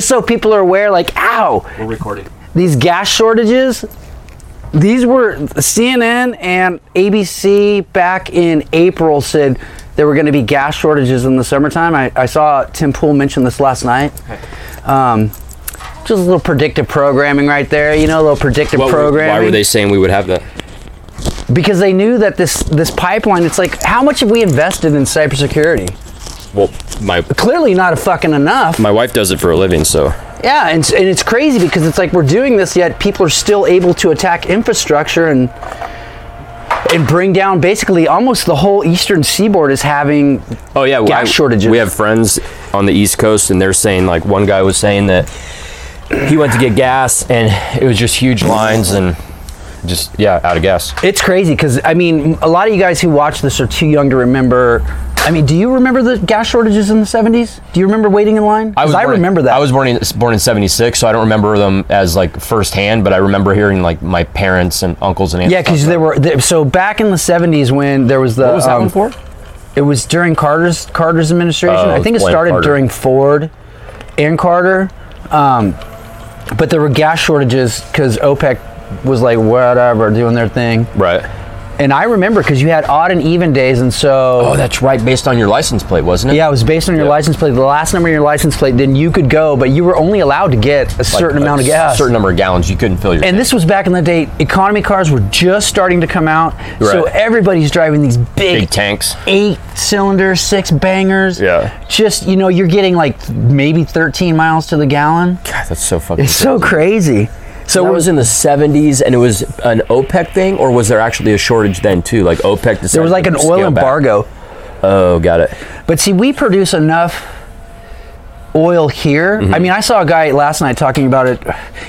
so people are aware, like, ow, We're recording. these gas shortages these were cnn and abc back in april said there were going to be gas shortages in the summertime i, I saw tim pool mention this last night um, just a little predictive programming right there you know a little predictive What were- programming Why were they saying we would have that? because they knew that this this pipeline it's like how much have we invested in cybersecurity Well, my clearly not a fucking enough my wife does it for a living, so Yeah, and, and it's crazy because it's like we're doing this, yet people are still able to attack infrastructure and and bring down basically almost the whole eastern seaboard is having. Oh yeah, Gas shortages. We have friends on the East Coast, and they're saying like one guy was saying that he went to get gas, and it was just huge lines and just yeah, out of gas. It's crazy because I mean, a lot of you guys who watch this are too young to remember. I mean, do you remember the gas shortages in the '70s? Do you remember waiting in line? 'Cause I born in- remember that. I was born in born in '76, so I don't remember them as like firsthand, but I remember hearing like my parents and uncles and aunts. yeah, because talk there were there, so back in the '70s when there was the about it. What was that um, one for? It was during Carter's Carter's administration. Oh, I think it it's Blaine started Carter. during Ford and Carter. Um, but there were gas shortages because OPEC was like whatever doing their thing. Right. And I remember because you had odd and even days, and so Oh, that's right. Based on your license plate, wasn't it? yeah, it was based on your Yeah. license plate. The last number of your license plate, then you could go, but you were only allowed to get a Like, certain a amount of gas. Certain number of gallons. You couldn't fill your. and this was back in the day. Economy cars were just starting to come out, so Right. everybody's driving these big tanks. eight cylinder, six bangers. Yeah. Just, you know, you're getting like maybe 13 miles to the gallon. God, that's so fucking. It's so crazy. So So that we're- was in the 70s, and it was an OPEC thing, or was there actually a shortage then too? Like OPEC decided there was like an to oil scale back. embargo. Oh, got it. But see, we produce enough oil here. I mean, I saw a guy last night talking about it.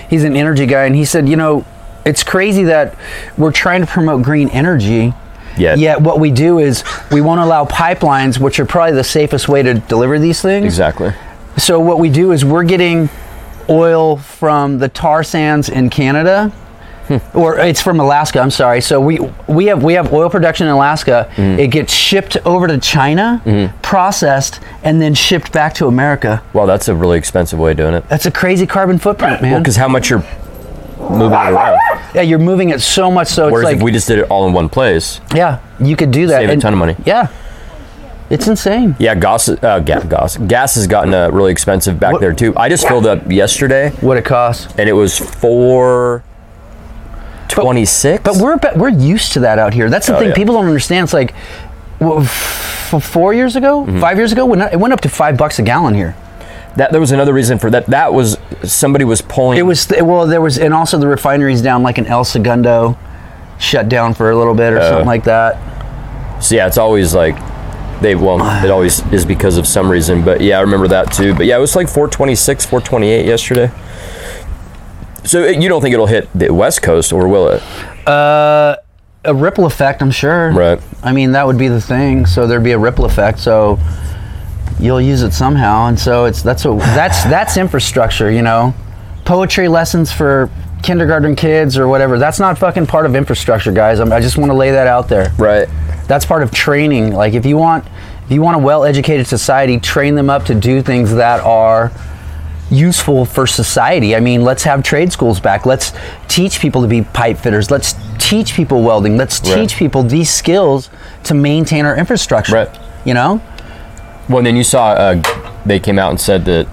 He's an energy guy, and he said, you know, it's crazy that we're trying to promote green energy. Yet. Yet, what we do is we won't allow pipelines, which are probably the safest way to deliver these things. Exactly. So what we do is we're getting oil from the tar sands in Canada. Hmm. Or it's from Alaska. I'm sorry. So we we have we have oil production in Alaska. Hmm. It gets shipped over to China, processed, and then shipped back to America. Well, that's a really expensive way of doing it. That's a crazy carbon footprint, man. Because how much you're moving it around. yeah, you're moving it so much. So it's Whereas like if we just did it all in one place, yeah, you could do that. save a ton of money. Yeah, it's insane. yeah, gas, uh, ga- gas, gas has gotten uh, really expensive back there too. I just filled up yesterday, What it costs. and it was four twenty six. But we're but we're used to that out here. That's the Oh, thing yeah. people people don't understand. It's like four years ago, Mm-hmm. five years ago, it went up to five bucks a gallon here. that there was another reason for that. That was somebody was pulling. It was th- well, there was, and also the refineries down, like in El Segundo, shut down for a little bit or Uh. something like that. So yeah, it's always like they well, it always is because of some reason. But yeah, I remember that too. But yeah, it was like 426, 428 yesterday. So it, you don't think it'll hit the West Coast, or will it? Uh, A ripple effect, I'm sure. Right. I mean, that would be the thing. So there'd be a ripple effect. So you'll use it somehow, and so it's that's what that's that's infrastructure, you know. Poetry lessons for kindergarten kids or whatever. That's not fucking part of infrastructure, guys. I'm, I just want to lay that out there. Right. That's part of training. Like if you want if you want a well-educated society, train them up to do things that are useful for society. I mean, let's have trade schools back. Let's teach people to be pipe fitters. Let's teach people welding. Let's teach Right. people these skills to maintain our infrastructure. Right. You know? Well, and then you saw uh, they came out and said that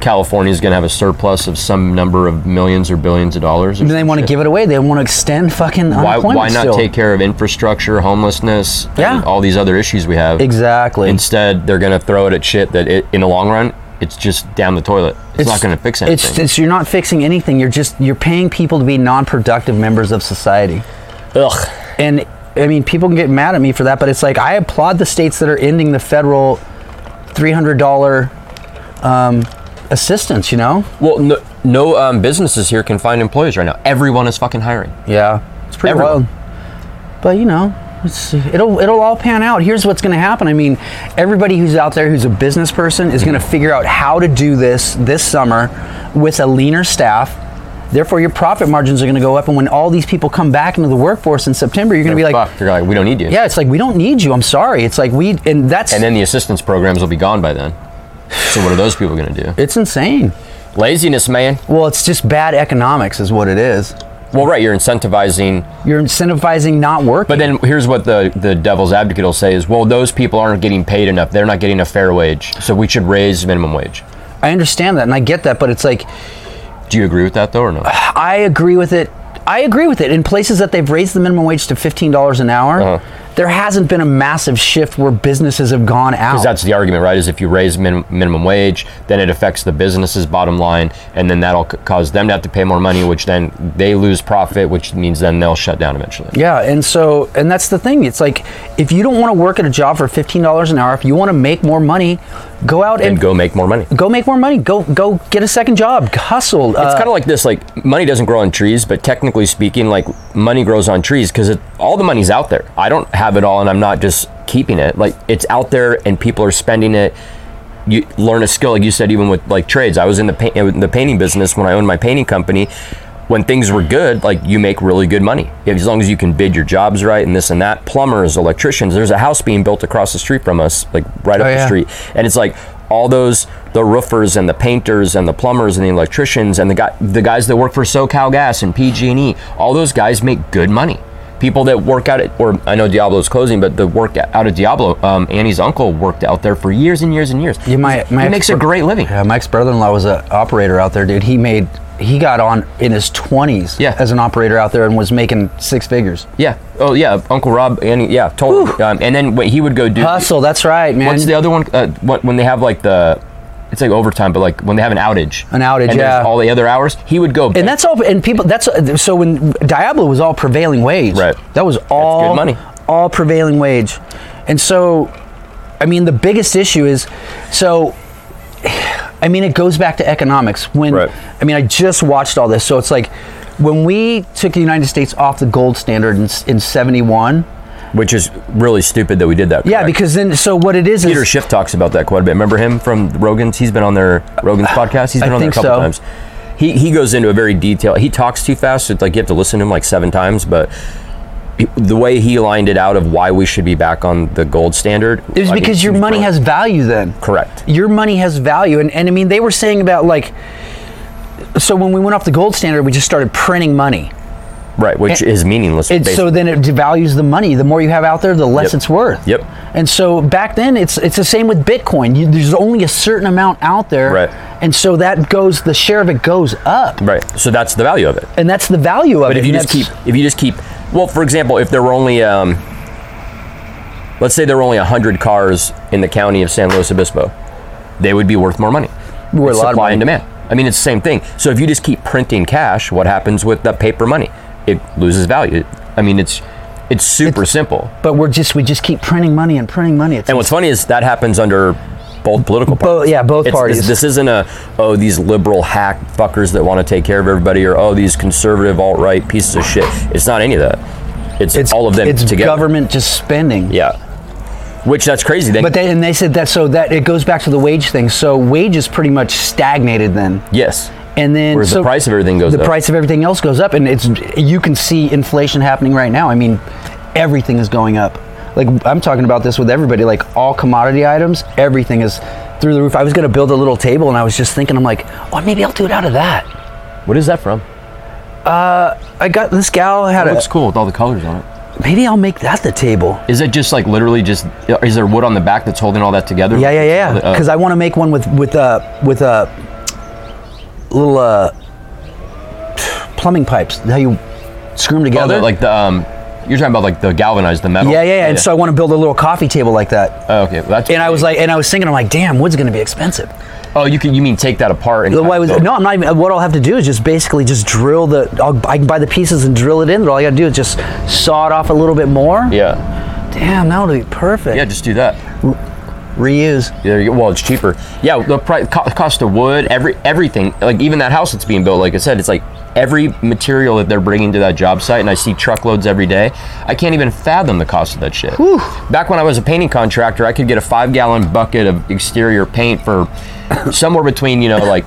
California is going to have a surplus of some number of millions or billions of dollars. or And they some want to shit. give it away. They want to extend fucking Why, unemployment why not still. take care of infrastructure, homelessness, Yeah. and all these other issues we have? Exactly. Instead, they're going to throw it at shit that, it, in the long run, it's just down the toilet. It's, not going to fix anything. It's, it's you're not fixing anything. You're just you're paying people to be non-productive members of society. Ugh. and I mean, people can get mad at me for that, but it's like I applaud the states that are ending the federal three hundred dollar um, assistance. You know? Well, no, no um, businesses here can find employees right now. Everyone is fucking hiring. Yeah, it's pretty Everyone. wild. But you know, it's, it'll it'll all pan out. Here's what's going to happen. I mean, everybody who's out there who's a business person is going to figure out how to do this this summer with a leaner staff. Therefore, your profit margins are going to go up, and when all these people come back into the workforce in September, you're going to be like, Fuck, they're like, we don't need you. "Yeah, it's like we don't need you. I'm sorry." It's like we, and that's And then the assistance programs will be gone by then. So what are those people going to do? It's insane. Laziness, man. Well, it's just bad economics, is what it is. Well, right, you're incentivizing. You're incentivizing not working. But then here's what the, the devil's advocate will say is, well, those people aren't getting paid enough. They're not getting a fair wage. So we should raise minimum wage. I understand that and I get that, but it's like Do you agree with that, though, or no? I agree with it. I agree with it. In places that they've raised the minimum wage to fifteen dollars an hour, Uh-huh. there hasn't been a massive shift where businesses have gone out. Because that's the argument, right? Is if you raise min- minimum wage, then it affects the business's bottom line, and then that'll c- cause them to have to pay more money, which then they lose profit, which means then they'll shut down eventually. yeah, and so and that's the thing. It's like if you don't want to work at a job for fifteen dollars an hour, if you want to make more money, go out and, And go make more money. go make more money. Go go get a second job. Hustle. Uh, It's kind of like this: like money doesn't grow on trees, but technically speaking, like money grows on trees because all the money's out there. I don't have it all, and I'm not just keeping it. Like it's out there, and people are spending it. You learn a skill, like you said, even with like trades. I was in the paint, in the painting business when I owned my painting company. When things were good, like you make really good money as long as you can bid your jobs right and this and that. Plumbers, electricians. There's a house being built across the street from us, like right up Oh, the yeah. street and it's like all those the roofers and the painters and the plumbers and the electricians and the guy the guys that work for SoCal Gas and PG&E all those guys make good money people that work out at or I know Diablo's closing but the work out of Diablo um, Annie's uncle worked out there for years and years and years You might- my he makes a expert- great living Yeah, Uh, Mike's brother-in-law was an operator out there, dude. He made he got on in his 20s Yeah. as an operator out there and was making six figers. yeah oh yeah Uncle Rob Annie yeah totally um, and then what he would go do Hustle, that's right, man. What's the other one? Uh, what when they have like the it's like overtime, but like when they have an outage, An outage, and there's yeah. all the other hours, he would go. and that's all and people that's so when Diablo was all prevailing wage. Right. That was all money. All prevailing wage. And so I mean the biggest issue is so I mean it goes back to economics when Right. I mean I just watched all this so it's like when we took the United States off the gold standard in, in 71 which is really stupid that we did that. Yeah, correct? because then, so what it is Peter is Schiff talks about that quite a bit. Remember him from Rogan's? He's been on their Rogan's podcast. He's been I on there a think couple so. times. He he goes into a very detailed. He talks too fast. so It's like you have to listen to him like seven times, but. he- The way he lined it out of why we should be back on the gold standard. it was I mean, because your he's money brilliant. has value then. Correct. Your money has value. And, and I mean, they were saying about like, so when we went off the gold standard, we just started printing money. Right, which is meaningless. It, so basically. then it devalues the money. The more you have out there, the less Yep. it's worth. Yep. And so back then, it's it's the same with Bitcoin. You, there's only a certain amount out there. Right. And so that goes, the share of it goes up, right. So that's the value of it. and that's the value of But it. if you and just keep, that's- if you just keep, well, for example, if there were only, um, let's say there were only hundred cars in the county of San Luis Obispo, they would be worth more money. Worth It's a lot of supply and money. demand. I mean, it's the same thing. So if you just keep printing cash, what happens with the paper money? It loses value. I mean, it's it's super simple. but we're just we just keep printing money and printing money. It's And what's funny is that happens under both political parties. yeah, both It's- parties. This, this isn't a oh these liberal hack fuckers that want to take care of everybody or oh these conservative alt right pieces of shit. It's not any of that. It's, all of them It's together. government just spending. Yeah, which that's crazy. They, But they, and they said that so that it goes back to the wage thing. So wages pretty much stagnated then, yes, and then Whereas the so price of everything goes The up. price of everything else goes up, and it's you can see inflation happening right now. I mean, everything is going up. Like I'm talking about this with everybody. Like all commodity items, everything is through the roof. I was going to build a little table, and I was just thinking, I'm like, oh, maybe I'll do it out of that. what is that from? I got this gal had It a. looks cool with all the colors on it. Maybe I'll make that the table. Is it just like literally just? Is there wood on the back that's holding all that together? Yeah, yeah, yeah. Uh, Because I want to make one with with uh, with uh, little uh, plumbing pipes. How you screw them oh, together? the- like the um, you're talking about like the galvanized the metal. yeah, yeah, yeah. And so I want to build a little coffee table like that. oh, okay, well, that's And I was like, and I was thinking, I'm like, damn, wood's gonna be expensive. oh, you can you mean take that apart and The way I was, build- no, I'm not even. What I'll have to do is just basically just drill the. I'll, I can buy the pieces and drill it in. But all I gotta do is just saw it off a little bit more. yeah. Damn, that would be perfect. Yeah, just do that. Reuse. There you go. Well, it's cheaper. Yeah, the price, co- cost of wood, every everything, like even that house that's being built. Like I said, it's like every material that they're bringing to that job site, and I see truckloads every day. I can't even fathom the cost of that shit. Back when I was a painting contractor, I could get a five-gallon bucket of exterior paint for somewhere between you know like,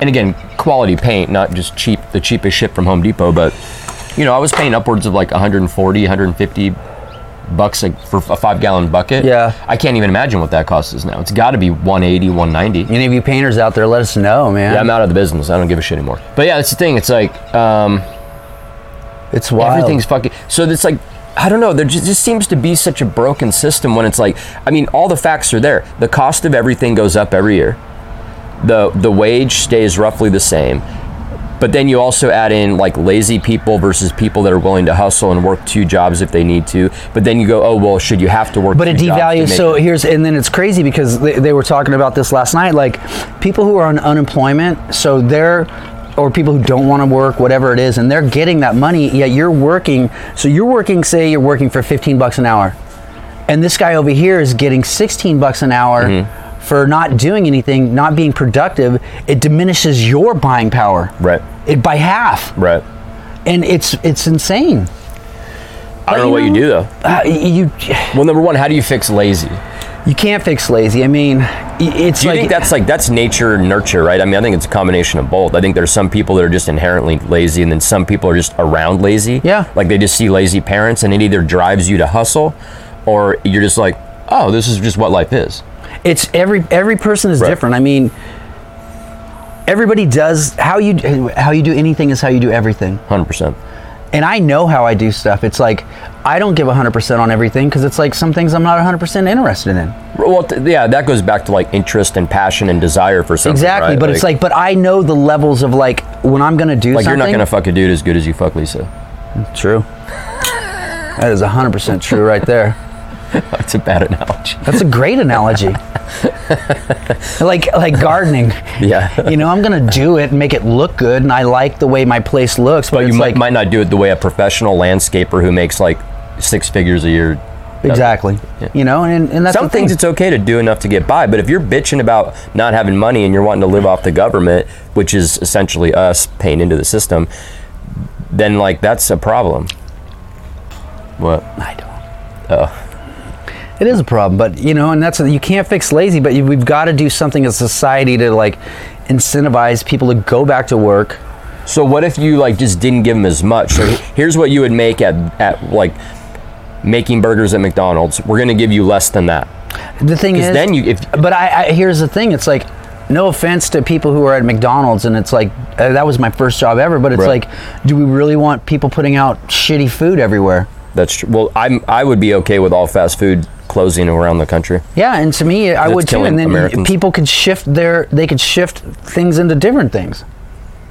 and again, quality paint, not just cheap, the cheapest shit from Home Depot, but you know, I was paying upwards of like 140, 150 bucks a, for a five gallon bucket. Yeah. I can't even imagine what that cost is now. It's got to be 180, 190. Any of you painters out there, let us know, man. Yeah, I'm out of the business. I don't give a shit anymore. But yeah, that's the thing. It's like um, it's wild. everything's fucking. So it's like I don't know. There just, just seems to be such a broken system when it's like I mean, all the facts are there. The cost of everything goes up every year. the The wage stays roughly the same. But then you also add in like lazy people versus people that are willing to hustle and work two jobs if they need to. But then you go, oh well, should you have to work? But it two jobs to devalues. make So here's, and then it's crazy because they, they were talking about this last night. Like people who are on unemployment, so they're, or people who don't want to work, whatever it is, and they're getting that money. Yet you're working. So you're working. Say you're working for 15 bucks an hour, and this guy over here is getting 16 bucks an hour. Mm-hmm. For not doing anything, not being productive, it diminishes your buying power. Right. It by half, right? and it's it's insane. I don't know what you do though. Uh, you Well, number one, how do you fix lazy? you can't fix lazy. I mean, i- it's Do you like think that's like that's nature and nurture, right? I mean, I think it's a combination of both. I think there's some people that are just inherently lazy, and then some people are just around lazy. Yeah. like they just see lazy parents, and it either drives you to hustle, or you're just like, oh, this is just what life is. it's every every person is Right. different. I mean, everybody does how you how you do anything is how you do everything. Hundred percent. And I know how I do stuff. It's like I don't give 100% on everything because it's like some things I'm not 100% interested in. Well, th- yeah, that goes back to like interest and passion and desire for something. Exactly, right? but it's like but I know the levels of like when I'm going to do like you're something. not gonna fuck a dude as good as you fuck Lisa. True. That is 100% true right there. That's a bad analogy. That's a great analogy. like like gardening. Yeah. You know, I'm going to do it and make it look good and I like the way my place looks, but, But you it's might, like might not do it the way a professional landscaper who makes like six figures a year. does it. Exactly. You know, and, and that's Some the thing. things it's okay to do enough to get by, but if you're bitching about not having money and you're wanting to live off the government, which is essentially us paying into the system, then like that's a problem. What? I don't. Oh. It is a problem, but you know, and that's you can't fix lazy, but you, we've got to do something as a society to like incentivize people to go back to work. So what if you like just didn't give them as much? So here's what you would make at at like making burgers at McDonald's. We're gonna give you less than that. The thing is, Then you if but I, I here's the thing: it's like, no offense to people who are at McDonald's, and it's like uh, that was my first job ever, but it's Right. like, do we really want people putting out shitty food everywhere? that's true. Well, I'm I would be okay with all fast food closing around the country. Yeah, and to me, I That's would too. killing And then Americans. people could shift their they could shift things into different things.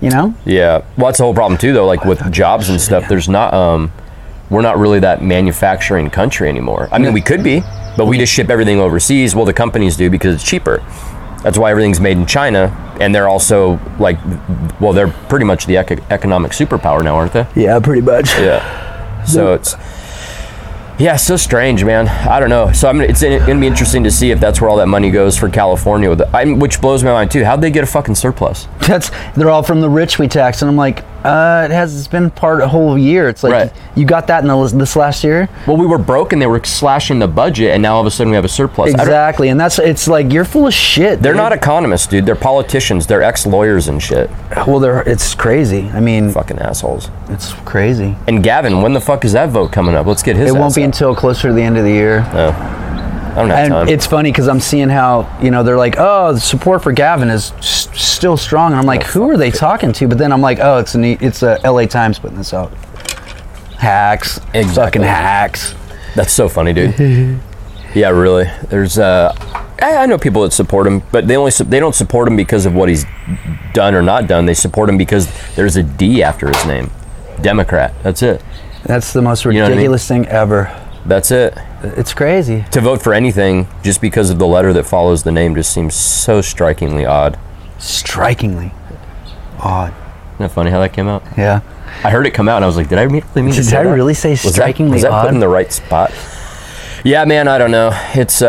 You know, Yeah. Well, that's the whole problem too, though. Like with jobs and stuff, there's not. Um, we're not really that manufacturing country anymore. I mean, we could be, but we just ship everything overseas. Well, the companies do because it's cheaper. That's why everything's made in China, and they're also like, well, they're pretty much the eco- economic superpower now, aren't they? yeah, pretty much. Yeah. So it's yeah, it's so strange, man. I don't know. So I'm gonna- it's going to be interesting to see if that's where all that money goes for California, with I, which blows my mind too. How'd they get a fucking surplus? that's they're all from the rich we tax and i'm like uh it has it's been part a whole year it's like Right. you got that in the, this last year Well, we were broke and they were slashing the budget, and now all of a sudden we have a surplus. I don't- exactly and that's it's like you're full of shit They're not economists, dude. They're politicians. They're ex lawyers and shit. well they're it's crazy i mean Fucking assholes. it's crazy And Gavin, when the fuck is that vote coming up? Let's get his. it won't ass be up. until closer to the end of the year I don't have and time. it's funny because i'm seeing how you know they're like oh the support for gavin is s- still strong and i'm Oh, like who are they talking to but then i'm like oh it's an E- it's a la times putting this out hacks fucking Exactly. hacks That's so funny, dude. yeah, really. There's uh, I, I know people that support him, but they only su- they don't support him because of what he's done or not done. They support him because there's a D after his name, Democrat. That's it. that's the most know what I mean? ridiculous thing ever That's it. it's crazy To vote for anything just because of the letter that follows the name just seems so strikingly odd. strikingly odd. Isn't that funny how that came out? Yeah. I heard it come out and I was like, did I really mean to Did say I that? really say Was that- strikingly was that, odd? put in the right spot? Yeah, man, I don't know. It's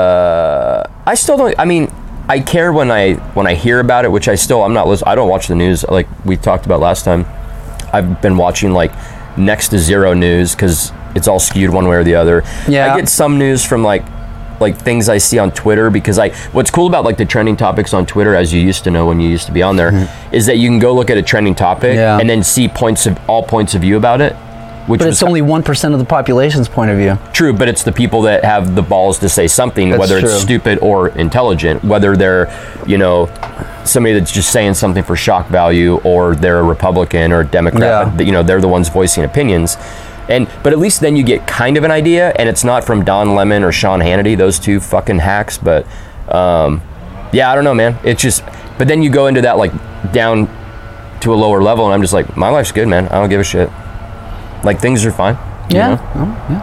uh I still don't I mean, I care when I when I hear about it, which I still I'm not lis- I don't watch the news like we talked about last time. I've been watching like next to zero news cuz it's all skewed one way or the other. Yeah. I get some news from like like things I see on Twitter because I what's cool about like the trending topics on Twitter as you used to know when you used to be on there is that you can go look at a trending topic Mm-hmm. Yeah. and then see points of all points of view about it Which But was it's only 1% of the population's point of view. True, but it's the people that have the balls to say something, That's whether true. it's stupid or intelligent, whether they're, you know, somebody that's just saying something for shock value or they're a Republican or a Democrat, Yeah. but, you know, they're the ones voicing opinions. And but at least then you get kind of an idea and it's not from Don Lemon or Sean Hannity, those two fucking hacks, but um yeah, I don't know, man. It's just but then you go into that like down to a lower level and I'm just like, my life's good, man. I don't give a shit. Like things are fine. you Yeah. know?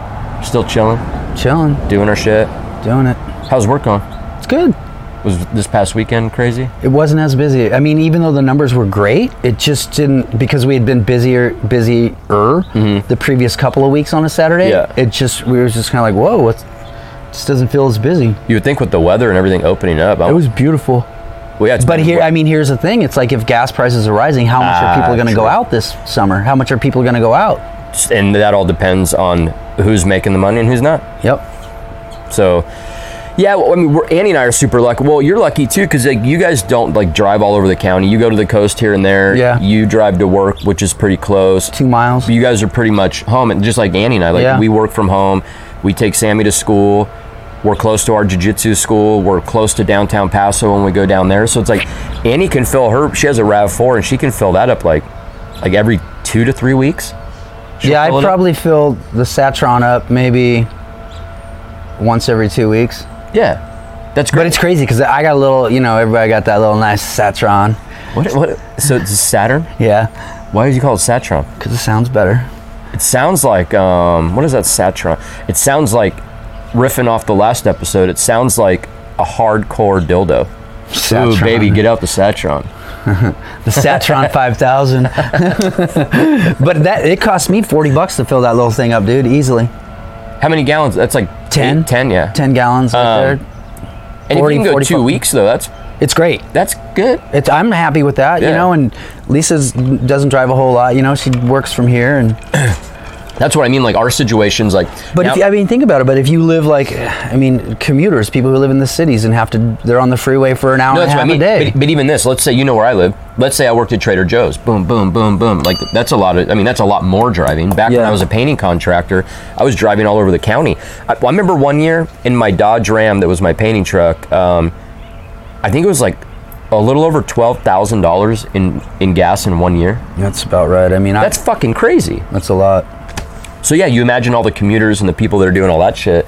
Still chilling Oh, chilling, doing our shit. doing it. How's work going? It's good. Was this past weekend crazy? It wasn't as busy. I mean, even though the numbers were great, it just didn't because we had been busier, busier the previous couple of weeks on a Saturday. Mm-hmm. Yeah. It just we were just kind of like, whoa, what's just doesn't feel as busy. You would think with the weather and everything opening up. It was beautiful. well, yeah, it's But been- here, I mean, here's the thing. It's like if gas prices are rising, how much are Ah, people going to go true. out this summer? How much are people going to go out? and that all depends on who's making the money and who's not. Yep. So, yeah, well, I mean, we're, Annie and I are super lucky. Well, you're lucky too because like you guys don't like drive all over the county. You go to the coast here and there. Yeah. You drive to work, which is pretty close. Two miles. But you guys are pretty much home, and just like Annie and I, like Yeah. we work from home. We take Sammy to school. We're close to our jujitsu school. We're close to downtown Paso when we go down there. So it's like Annie can fill her. She has a Rav Four, and she can fill that up like like every two to three weeks. She'll yeah, I fill it up. probably fill the Satron up maybe once every two weeks. yeah. That's great. But it's crazy because I got a little, you know, everybody got that little nice Satron. what, what, so it's Saturn. Yeah, Why do you call it Satron? because it sounds better. It sounds like um, what is that Satron? It sounds like riffing off the last episode. It sounds like a hardcore dildo. Ooh, Satron. baby, get out the Satron. The Satron 5000. but that it cost me 40 bucks to fill that little thing up, dude, easily. How many gallons? That's like 10? eight- 10, yeah. 10 gallons. right Um, there. And 40, if you can go 40 two fucking- weeks though, that's It's great. that's good. It's, I'm happy with that, you Yeah. know. And Lisa doesn't drive a whole lot, you know. She works from here, and That's what I mean. Like our situations, like but now- if you, I mean, think about it. But if you live like, I mean, commuters, people who live in the cities and have to, they're on the freeway for an hour no, and a that's what half I mean. a day. But, but even this, let's say you know where I live. Let's say I worked at Trader Joe's. Boom, boom, boom, boom. Like that's a lot of. I mean, that's a lot more driving. Back when Yeah. I was a painting contractor, I was driving all over the county. I, well, I remember one year in my Dodge Ram that was my painting truck. Um, I think it was like a little over twelve thousand dollars in in gas in one year. that's about right. I mean, That's fucking crazy. I, that's a lot. So yeah, you imagine all the commuters and the people that are doing all that shit,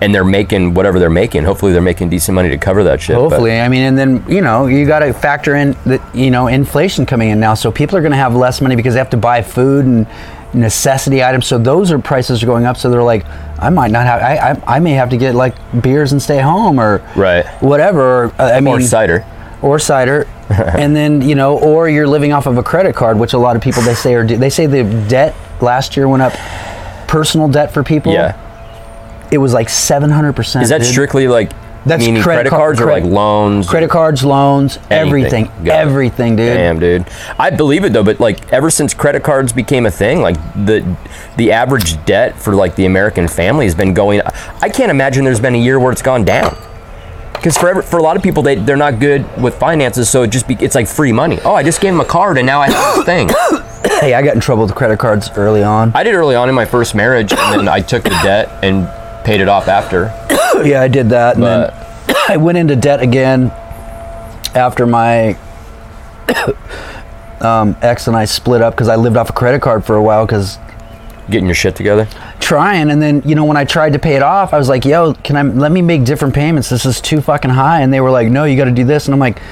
and they're making whatever they're making. Hopefully, they're making decent money to cover that shit. but- Hopefully, I mean, and then you know you got to factor in that you know inflation coming in now, so people are going to have less money because they have to buy food and necessity items. So those are prices are going up. So they're like, I might not have, I I, I may have to get like beers and stay home or Right. whatever. Uh, I mean, or cider. or cider. and then you know, or you're living off of a credit card, which a lot of people they say are they say the debt last year went up. Personal debt for people, Yeah, it was like seven hundred percent. is that strictly like That's meaning credit credit, card- cards credit- or like loans? Credit cards, loans, Anything. everything, Got it. everything, dude. Damn, dude. I believe it though, but like ever since credit cards became a thing, like the the average debt for like the American family has been going. I can't imagine there's been a year where it's gone down. Because for ever, for a lot of people, they they're not good with finances, so it just be, it's like free money. Oh, I just gave them a card and now I have this thing. Hey, I got in trouble with credit cards early on. I did early on in my first marriage, and then I took the debt and paid it off after. yeah, I did that, and But then I went into debt again after my um, ex and I split up because I lived off a credit card for a while because getting your shit together. trying and then you know when I tried to pay it off I was like yo can I let me make different payments this is too fucking high and they were like no you got to do this and I'm like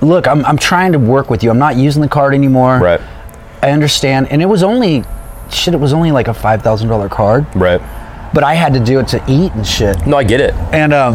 look I'm, I'm trying to work with you I'm not using the card anymore Right. I understand and it was only shit it was only like a $5,000 card Right. but I had to do it to eat and shit No, I get it. and um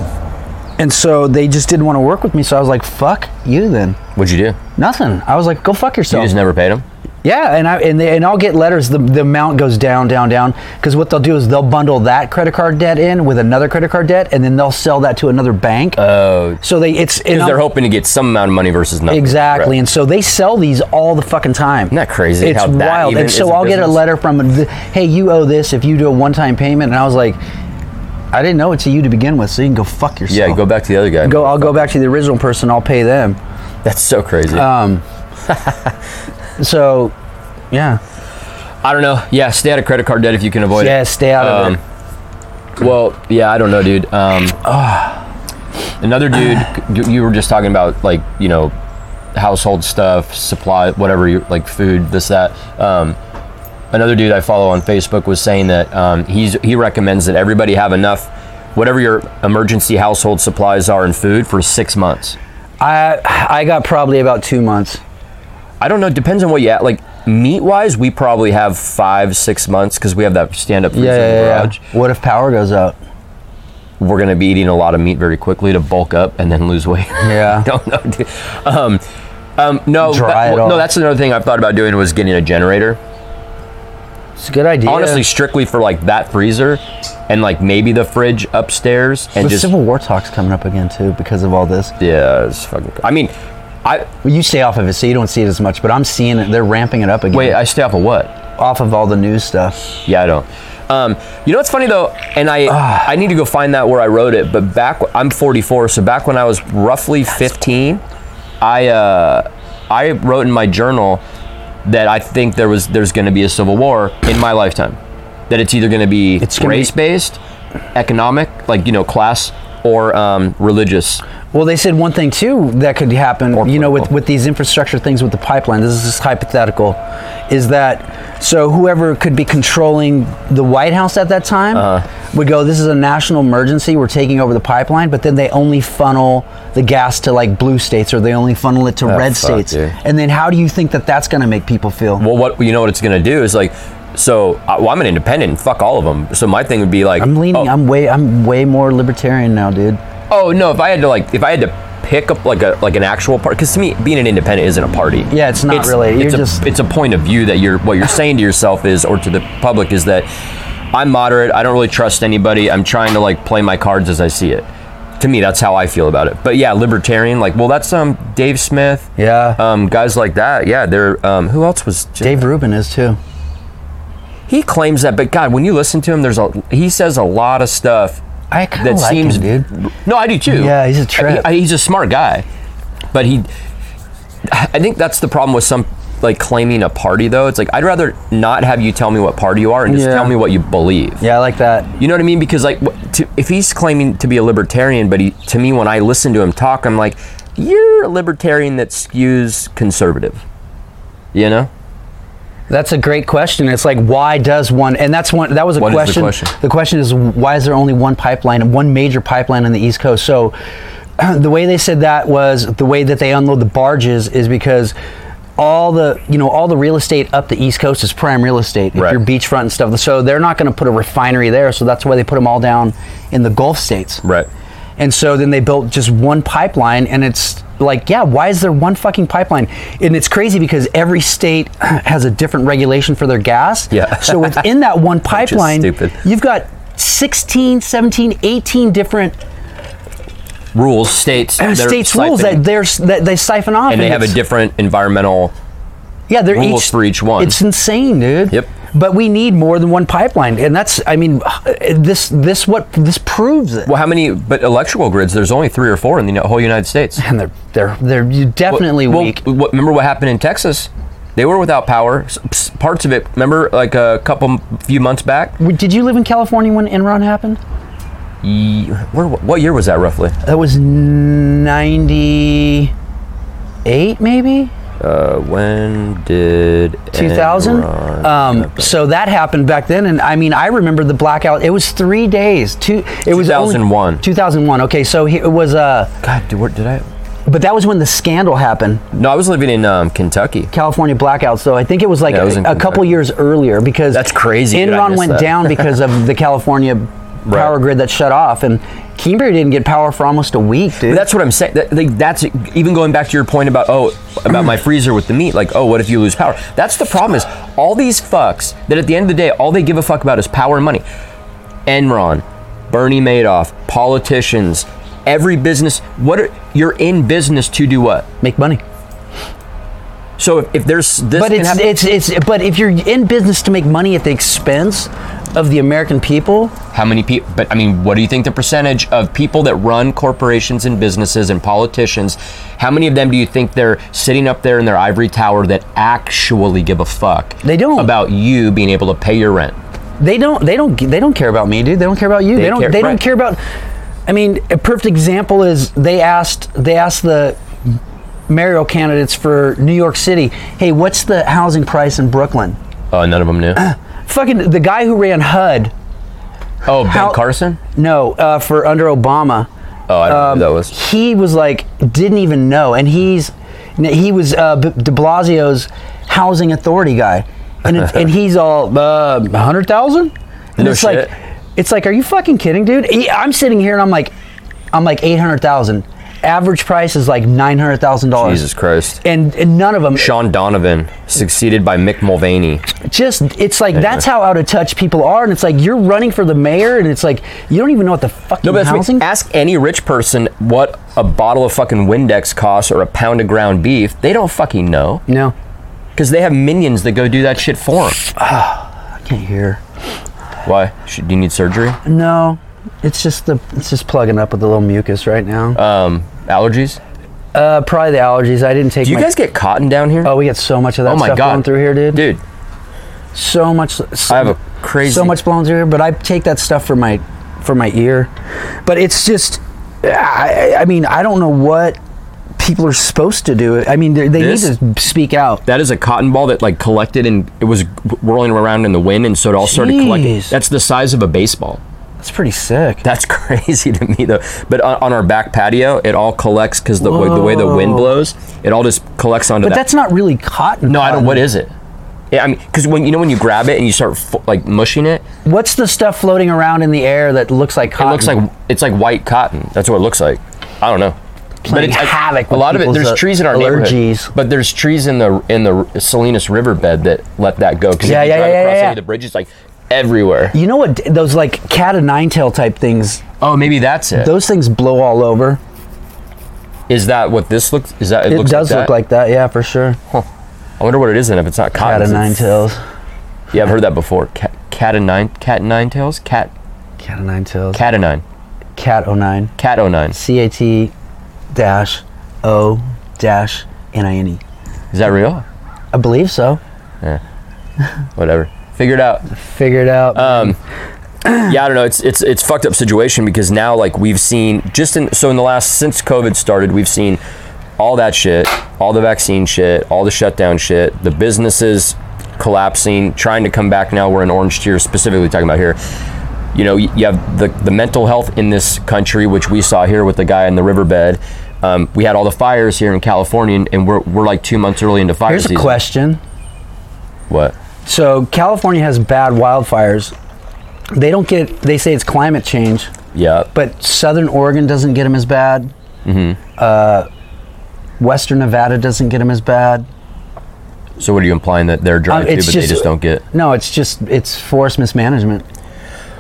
and so they just didn't want to work with me so I was like fuck you then What'd you do? You nothing I was like go fuck yourself just never paid him. yeah, and I and, they, and I'll get letters. The, the amount goes down, down, down. Because what they'll do is they'll bundle that credit card debt in with another credit card debt, and then they'll sell that to another bank. Oh, so they it's and Because I'm- they're hoping to get some amount of money versus nothing. exactly, Right. and so they sell these all the fucking time. Isn't that crazy? It's how that wild. even and is so a I'll get a business? letter from, the, hey, you owe this if you do a one-time payment, and I was like, I didn't know it's to you to begin with, so you can go fuck yourself. Yeah, go back to the other guy. Go. I'll go back to the original person. I'll pay them. Uh, That's so crazy. So, yeah. I don't know. Yeah, stay out of credit card debt if you can avoid Yeah, it. stay out of Um, it. Well, yeah, I don't know, dude. Um, another dude, you- you were just talking about like you know, household stuff, supply, whatever, you like food, this that. Um, another dude I follow on Facebook was saying that um, he's he recommends that everybody have enough, whatever your emergency household supplies are and food for six months. I I got probably about two months. I don't know. It depends on what you at. Like meat wise, we probably have five, six months because we have that stand up freezer Yeah, in the yeah, garage. yeah. What if power goes out? We're gonna be eating a lot of meat very quickly to bulk up and then lose weight. Yeah. don't know. dude. Um, um, no, Dry that- it all. no. That's another thing I've thought about doing was getting a generator. It's a good idea. Honestly, strictly for like that freezer, and like maybe the fridge upstairs, and the just Civil War talk's coming up again too because of all this. yeah. It's fucking. I mean, I Well, you stay off of it, so you don't see it as much. But I'm seeing it. They're ramping it up again. wait. I stay off of what? off of all the news stuff. Yeah, I don't. Um, you know what's funny though, and I Ah. I need to go find that where I wrote it. But back I'm 44, so back when I was roughly 15, I uh, I wrote in my journal that I think there was there's going to be a civil war in my lifetime. That it's either going to be It's gonna be- race based, economic, like you know class, or um, religious. Well, they said one thing too that could happen. you know, with political. with these infrastructure things with the pipeline. This is just hypothetical. Is that so? Whoever could be controlling the White House at that time Uh-huh. would go. This is a national emergency. We're taking over the pipeline, but then they only funnel the gas to like blue states, or they only funnel it to red Ah, fuck, states. dude. And then how do you think that that's going to make people feel? Well, what you know what it's going to do is like. So I- well, I'm an independent. and Fuck all of them. So my thing would be like I'm leaning. oh, I'm way. I'm way more libertarian now, dude. Oh no! If I had to like, if I had to pick up like a like an actual part, because to me, being an independent isn't a party. Yeah, it's not really. You're it's a, just- it's a point of view that you're what you're saying to yourself is, or to the public is that I'm moderate. I don't really trust anybody. I'm trying to like play my cards as I see it. To me, that's how I feel about it. But yeah, libertarian, like, well, that's um Dave Smith. Yeah. Um, guys like that. Yeah, they're um, who else was Dave Rubin is too. He claims that, but God, when you listen to him, there's a he says a lot of stuff I kind that of like seems him, dude. No, I do too. Yeah, he's a trip. I- I- he's a smart guy, but he. I think that's the problem with some like claiming a party though. It's like I'd rather not have you tell me what party you are and just Yeah. tell me what you believe. Yeah, I like that. You know what I mean? Because like, wh- to, if he's claiming to be a libertarian, but he, to me, when I listen to him talk, I'm like, you're a libertarian that skews conservative. You know? That's a great question. It's like why does one and that's one that was a What is the question. question? The question is why is there only one pipeline and one major pipeline on the East Coast? So the way they said that was the way that they unload the barges is because all the you know all the real estate up the East Coast is prime real estate. If Right. you're beachfront and stuff, so they're not going to put a refinery there. So that's why they put them all down in the Gulf states. Right. And so then they built just one pipeline, and it's like, yeah, why is there one fucking pipeline? And it's crazy because every state has a different regulation for their gas. Yeah. so within that one pipeline, stupid. you've got 16, 17, 18 different Rules, states, uh, they're states rules siphoning, that they're that they siphon off. and they have a it's- different environmental. yeah, they're rules for each one. It's insane, dude. Yep. But we need more than one pipeline, and that's I mean, uh, this this what this proves it. Well, how many? But electrical grids, there's only three or four in the whole United States. And they're they're they're definitely well, weak. What, remember what happened in Texas? They were without power. S- s- Parts of it. Remember, like a couple, few months back. Did you live in California when Enron happened? Ye- Where, what year was that roughly? That was 98, maybe? Uh, when did 2000? Enron- Um, so that happened back then. And I mean, I remember the blackout. It was three days. Two, it was only- 2001. 2001. Okay. So he- it was, uh, God, dude, where did I? but that was when the scandal happened. No, I was living in um, Kentucky. California blackout. So I think it was like Yeah, it a, was in a couple Kentucky. years earlier because That's crazy, dude, I Enron missed went that. down because of the California Right. power grid that shut off. And Kingsbury didn't get power for almost a week, dude. That's what I'm saying. That, like, that's even going back to your point about oh about my freezer with the meat. Like oh, what if you lose power? That's the problem. Is all these fucks that at the end of the day, all they give a fuck about is power and money. Enron, Bernie Madoff, politicians, every business. What are, you're in business to do what? Make money. So if, if there's this, But can it's, happen- it's it's but if you're in business to make money at the expense of the American people. How many people? But I mean, what do you think the percentage of people that run corporations and businesses and politicians? How many of them do you think they're sitting up there in their ivory tower that actually give a fuck? They don't. about you being able to pay your rent. They don't. They don't. They don't care about me, dude. They don't care about you. They, don't. care- they don't right. care about. I mean, a perfect example is they asked. They asked the mayoral candidates for New York City, "Hey, what's the housing price in Brooklyn?" Uh, none of them knew. Fucking the guy who ran HUD. Oh, Ben How- Carson. No, uh, for under Obama. Oh, I don't um, know who that was. He was like didn't even know, and he's he was uh, B- De Blasio's housing authority guy, and it, and he's all uh, hundred thousand. No it's shit. like it's like, are you fucking kidding, dude? He- I'm sitting here and I'm like, I'm like eight hundred thousand. Average price is like nine hundred thousand dollars. Jesus Christ. And, and none of them. Sean Donovan, succeeded by Mick Mulvaney. Just it's like that's how out of touch people are, and it's like you're running for the mayor, and it's like you don't even know what the fucking No, but that's housing. me. ask any rich person what a bottle of fucking Windex costs or a pound of ground beef. They don't fucking know no, because they have minions that go do that shit for them. I can't hear. Why? Should, do you need surgery? No, it's just the it's just plugging up with a little mucus right now. Uh, Um, allergies? probably the allergies. I didn't take. Do you my, guys get cotton down here? Oh, we got so much of that Oh my stuff god! blown through here, dude. Dude, So much. So, I have a crazy. So much blown through here, but I take that stuff for my for my ear. But it's just, I, I- I mean, I don't know what people are supposed to do. I mean, they they need This- to speak out. That is a cotton ball that like collected and it was whirling around in the wind, and so it all started collecting. Jeez. That's the size of a baseball. That's pretty sick. That's crazy to me though. But on, on our back patio, it all collects because the, way- the way the wind Whoa. blows, it all just collects onto but that. that's not really cotton. no, I don't. cotton. What is it? Yeah, I mean, because when you know when you grab it and you start fo- like mushing it, What's the stuff floating around in the air that looks like it cotton? looks like it's like white cotton. That's what it looks like. I don't know. But Playing it's like- havoc a with lot of it. people's, There's uh, trees in our allergies. neighborhood, but there's trees in the in the Salinas riverbed that let that go. 'Cause Yeah, if you yeah, drive yeah, across yeah, any yeah. of the bridges, like everywhere. You know what? Those like cat o' nine tail type things. Oh, maybe that's it. Is Those things blow all over. that what this looks? Is that it? It looks does like look that? like that, yeah, for sure. I wonder what it is then. If it's not cotton, Cat o' is it nine tails. Yeah, I've heard that before. Cat, cat and nine, cat and nine tails, cat, Cat o' nine tails. cat and nine, Cat o' nine. cat o nine. C A T dash O dash N I N E. Is that real? I believe so. Whatever. Figure it out. Figure it out. Um, yeah, I don't know. It's it's it's fucked up situation because now like we've seen just in so in the last since COVID started, we've seen all that shit, all the vaccine shit, all the shutdown shit, the businesses collapsing, trying to come back now. We're in orange tier specifically talking about here. You know, you you have the the mental health in this country, which we saw here with the guy in the riverbed. Um, we had all the fires here in California, and- and we're, we're like two months early into fire Here's a season. question. What? So California has bad wildfires. They don't get. They say it's climate change, Yeah. but Southern Oregon doesn't get them as bad. Mm-hmm. Uh, Western Nevada doesn't get them as bad. So what are you implying that they're Um, dry too, but they just don't get? No, it's just it's forced mismanagement.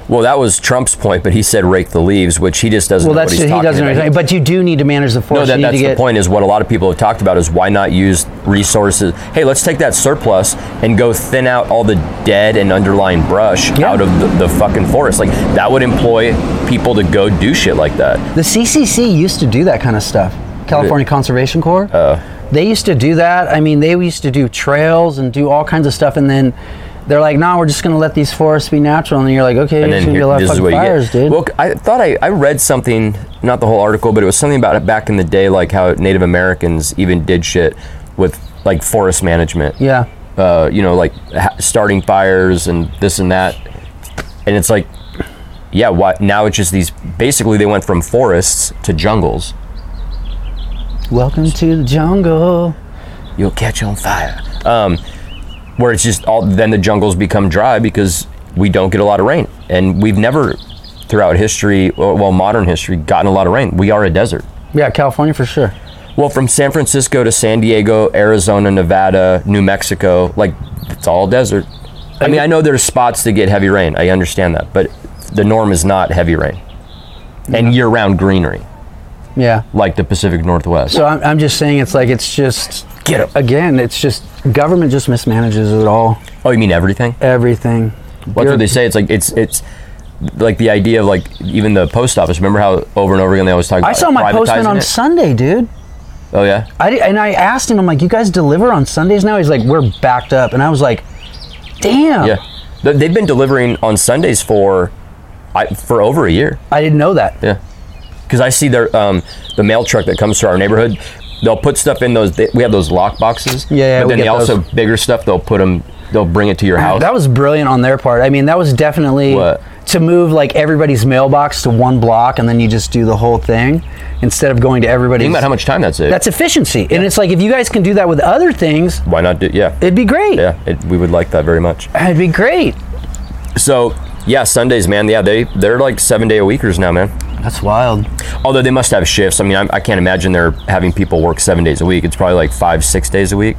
Well, that was Trump's point, but he said rake the leaves, which he just doesn't Well, know that's what he's he talking doesn't. about. Know anything, but you do need to manage the no, forest. that, you need that's to the get, point is what a lot of people have talked about is why not use resources? Hey, let's take that surplus and go thin out all the dead and underlying brush Yeah. out of the, the fucking forest. Like that would employ people to go do shit like that. The CCC used to do that kind of stuff. California Conservation Corps. Oh. they used to do that. I mean, they used to do trails and do all kinds of stuff, and then they're like, "No, nah, we're just going to let these forests be natural." And then you're like, "Okay, and there's going to then be a here, lot of this is fucking what fires, you get. dude." Well, I thought I, I read something, not the whole article, but it was something about it back in the day, like how Native Americans even did shit with like forest management. yeah, uh, you know, like ha- starting fires and this and that. And it's like, yeah, why now it's just these basically they went from forests to jungles. welcome to the jungle. You'll catch on fire. Um, where it's just all then the jungles become dry because we don't get a lot of rain. And we've never throughout history, or, well, modern history, gotten a lot of rain. We are a desert. Yeah, California for sure. Well, from San Francisco to San Diego, Arizona, Nevada, New Mexico, like it's all desert. I mean, I know there's spots that get heavy rain. I understand that, but the norm is not heavy rain and year-round greenery Yeah. like the Pacific Northwest. So I'm, I'm just saying, it's like it's just Get 'em. again. It's just government just mismanages it all, oh, you mean everything? everything. Well, that's what they say. It's like it's it's like the idea of like even the post office. Remember how over and over again they always talk about I saw my postman privatizing on it? Sunday, dude. Oh yeah. I di- and I asked him, I'm like, you guys deliver on Sundays now? He's like, we're backed up. And I was like, damn. Yeah. Th- They've been delivering on Sundays for I, for over a year. I didn't know that. Yeah. Because I see their um, the mail truck that comes to our neighborhood. They'll put stuff in those. They, we have those lock boxes. Yeah, yeah, But we then they get also those. bigger stuff. They'll put them. They'll bring it to your house. That was brilliant on their part. I mean, that was definitely What? to move like everybody's mailbox to one block and then you just do the whole thing instead of going to everybody's. Think about how much time that saves. That's efficiency. And it's like if you guys can do that with other things, Why not do? Yeah. it'd be great. yeah. It, we would like that very much. It'd be great. So yeah, Sundays, man. Yeah, they they're like seven day a weekers now, man. That's wild. Although they must have shifts. I mean, I, I can't imagine they're having people work seven days a week. It's probably like five, six days a week,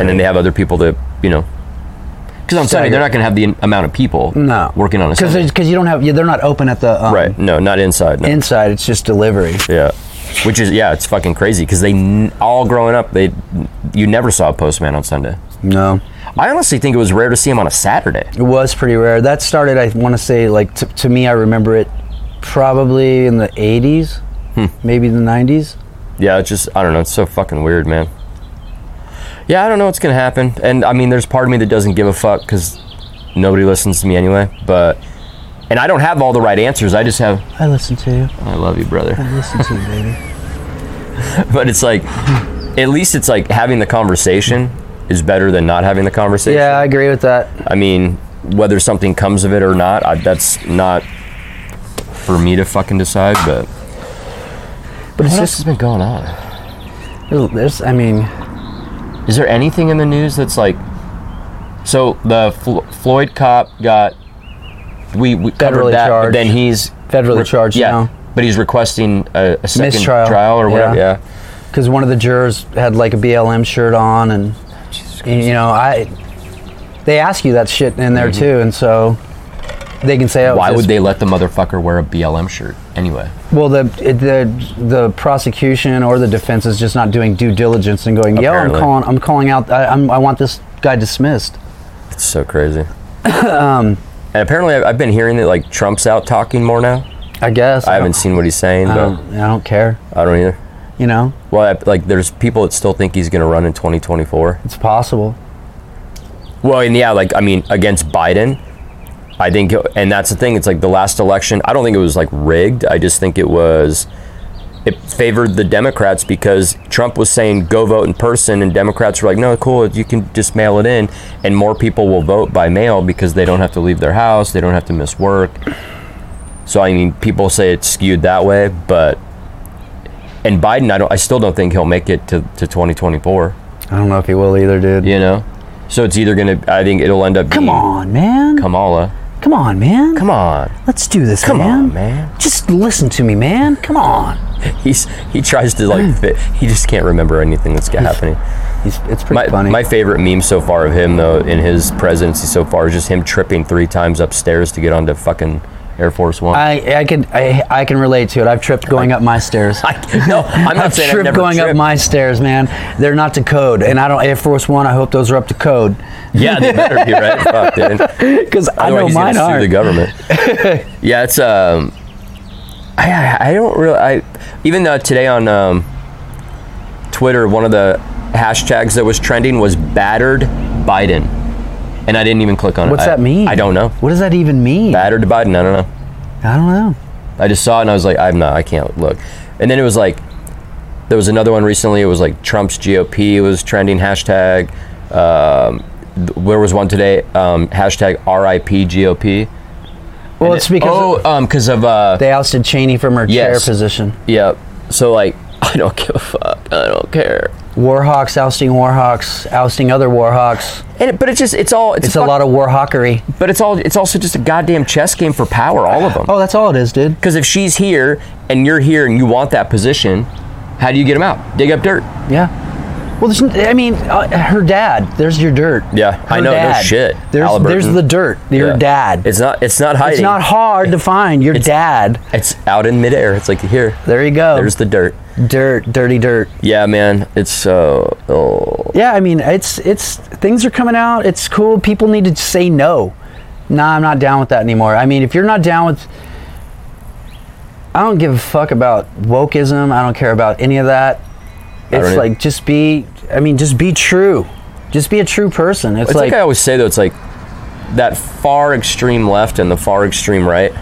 and then they have other people that you know. Because on Sunday Stagger. they're not going to have the in- amount of people No. working on a Sunday. Because you don't have, yeah, they're not open at the um, Right. No, not inside. No. inside, it's just delivery. yeah. Which is yeah, it's fucking crazy because they n- all growing up they you never saw a postman on Sunday. No. I honestly think it was rare to see him on a Saturday. It was pretty rare. That started, I want to say, like t- to me, I remember it probably in the 80s, Hmm. maybe the 90s. Yeah, it's just I don't know. It's so fucking weird, man. Yeah, I don't know what's gonna happen, and I mean, there's part of me that doesn't give a fuck because nobody listens to me anyway. But and I don't have all the right answers. I just have I listened to you. I love you, brother. I listened to you, baby. But it's like at least it's like having the conversation is better than not having the conversation. Yeah, I agree with that. I mean, whether something comes of it or not, I, that's not for me to fucking decide. But But it's what else just, has been going on? there's, I mean, Is there anything in the news that's like? So the Flo- Floyd cop got we, we Federally covered that, charged. but then he's Federally charged Yeah, now. but he's requesting a, a second Mistrial. trial or whatever. Yeah. Yeah. because one of the jurors had like a BLM shirt on, and you know, I, they ask you that shit in there too, and so they can say, oh, Mm-hmm. Why this- would they let the motherfucker wear a BLM shirt anyway? Well, the it- the the prosecution or the defense is just not doing due diligence and going, yeah, I'm Apparently. calling, I'm calling out, I, I'm, I want this guy dismissed. It's so crazy. Um, and apparently, I've, I've been hearing that like Trump's out talking more now. I guess I haven't seen what he's saying, I but don't, I don't care. I don't either. You know, Well, I, like there's people that still think he's going to run in 2024. it's possible. Well, and yeah, like I mean, against Biden, I think, and that's the thing. It's like the last election. I don't think it was like rigged. I just think it was. It favored the Democrats because Trump was saying go vote in person, and Democrats were like, no, cool, you can just mail it in, and more people will vote by mail because they don't have to leave their house, they don't have to miss work. So I mean, people say it's skewed that way, but and Biden, I don't, I still don't think he'll make it to to 2024. I don't know if he will either, dude. You know, so it's either gonna. I think it'll end up. Come being on, man. Come, Kamala. on, man. Come on. Let's do this, Come man. on, man. Just listen to me, man. Come on. He's he tries to Hmm. like fit. He just can't remember anything that's happening. He's, it's pretty My, funny. my favorite meme so far of him though in his presidency so far is just him tripping three times upstairs to get onto fucking Air Force One. I, I can I, I can relate to it. I've tripped going up my stairs. I- no, I'm not I've saying I've tripped never going up tripped. my stairs, man. They're not to code, and I don't Air Force One. I hope those are up to code, Yeah, they better be right. Fuck, dude. because I Otherwise, know mine he's gonna sue are. the government. yeah, it's um, I- I I don't really I even uh, today on um, Twitter one of the hashtags that was trending was battered Biden, and I didn't even click on it. What's I- that mean? I don't know. What does that even mean? Battered Biden. I don't know. I don't know. I just saw it and I was like, I'm not, I can't look. And then it was like, there was another one recently. It was like Trump's GOP was trending hashtag. Um, th- there was one today um, hashtag RIP GOP. Well, it's because oh, um, because of uh, they ousted Cheney from her Yes. chair position. yeah. So like, I don't give a fuck. I don't care. Warhawks ousting Warhawks, ousting other Warhawks. And it, but it's just it's all it's, It's a lot of Warhawkery. Of- but it's all it's also just a goddamn chess game for power. All of them. Oh, that's all it is, dude. Because if she's here and you're here and you want that position, how do you get them out? Dig up dirt. Yeah. Well, there's, n- I mean, uh, her dad. There's your dirt. Yeah, I Her know, no Dad. shit, There's, Halliburton. there's the dirt. Your Yeah. dad. It's not. It's not hiding. It's not hard to find. Your dad. It's out in midair. It's like here. There you go. There's the dirt. dirt, dirty dirt. Yeah, man. It's so. oh. Yeah, I mean, it's it's things are coming out. It's cool. People need to say no. nah, I'm not down with that anymore. I mean, if you're not down with, I don't give a fuck about wokeism. I don't care about any of that. don't It's either. like just be. I mean, just be true. Just be a true person. It's, It's like, like, I always say though, it's like that far extreme left and the far extreme right.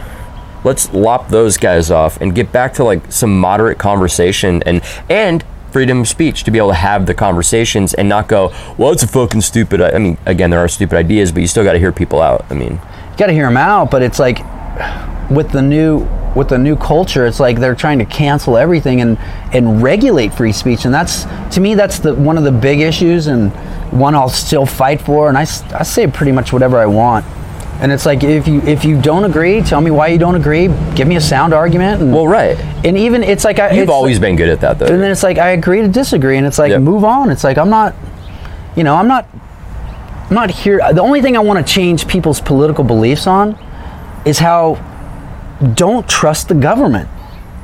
Let's lop those guys off and get back to like some moderate conversation and and freedom of speech to be able to have the conversations and not go, well, it's a fucking stupid. I I mean, again, there are stupid ideas, but you still got to hear people out. I mean, you got to hear them out. But it's like with the new with the new culture, it's like they're trying to cancel everything and and regulate free speech. And that's to me, that's the one of the big issues and one I'll still fight for. And I, s- I say pretty much whatever I want. And it's like if you if you don't agree, tell me why you don't agree. Give me a sound argument. And, well, right. And even it's like I, You've it's- always been good at that though. and then it's like I agree to disagree, and it's like Yep. move on. It's like I'm not, you know, I'm not, I'm not here. The only thing I want to change people's political beliefs on is how don't trust the government.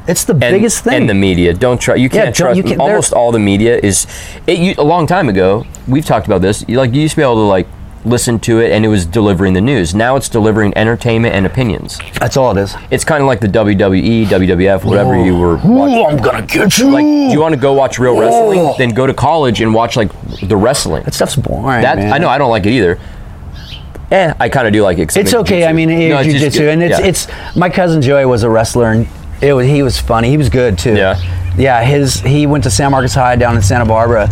It's the and- biggest thing. And the media. Don't try. You can't don't- trust. you can't- almost all the media is. It, you, a long time ago, we've talked about this. You, like you used to be able to like listen to it, and it was delivering the news. Now it's delivering entertainment and opinions. That's all it is. It's kind of like the E, WWE, WWF, whatever you were watching. I'm gonna get you. Like, do you want to go watch real Oh. wrestling? Then go to college and watch like the wrestling. that stuff's boring. That man. I know. I don't like it either. Eh, I kind of do like it. 'cause I'm It's into okay. jujitsu. I mean, No, it's just jujitsu, good. and it's Yeah. it's my cousin Joey was a wrestler, and it was he was funny. He was good too. Yeah. yeah. His he went to San Marcos High down in Santa Barbara,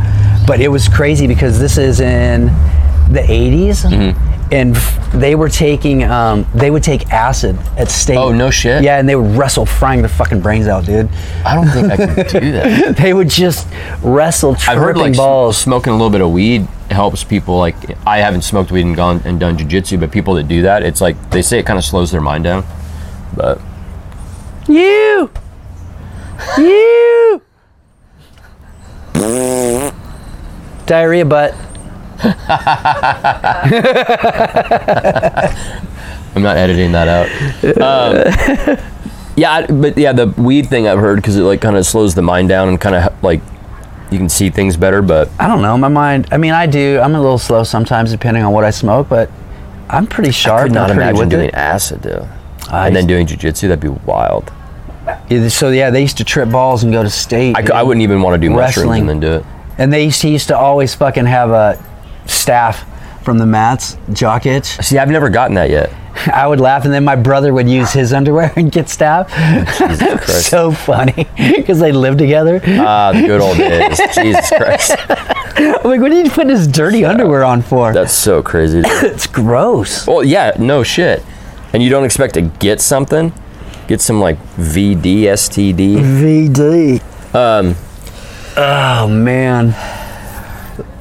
but it was crazy because this is in the 80s Mm-hmm. and f- they were taking um, they would take acid at state. Oh, no shit. Yeah, and they would wrestle, frying their fucking brains out, dude. I don't think I can do that. they would just wrestle, I've tripping heard like sm- balls. smoking a little bit of weed helps people. Like I haven't smoked weed and gone and done jujitsu, but people that do that, it's like they say it kind of slows their mind down. But You, you. Diarrhea butt. I'm not editing that out. Um, yeah, I- but yeah, the weed thing I've heard because it like kind of slows the mind down and kind of like you can see things better. But I don't know. My mind. I mean, I do. I'm a little slow sometimes, depending on what I smoke, but I'm pretty sharp. I could and not I'm pretty with imagine doing it. acid though, I and then doing jujitsu. That'd be wild. Yeah, So yeah, they used to trip balls and go to state. I, cou- I wouldn't even want to do mushrooms Wrestling. and then do it. And they used to, used to always fucking have a staff from the mats, jock itch. See, I've never gotten that yet. I would laugh, and then my brother would use his underwear and get staff. Jesus Christ. so funny because they lived together. Ah, the good old days. Jesus Christ. I'm like, what did you put his dirty underwear on for? That's so crazy. dude. it's gross. Well, yeah, no shit. And you don't expect to get something? Get some like VD, STD. VD. Um. Oh man.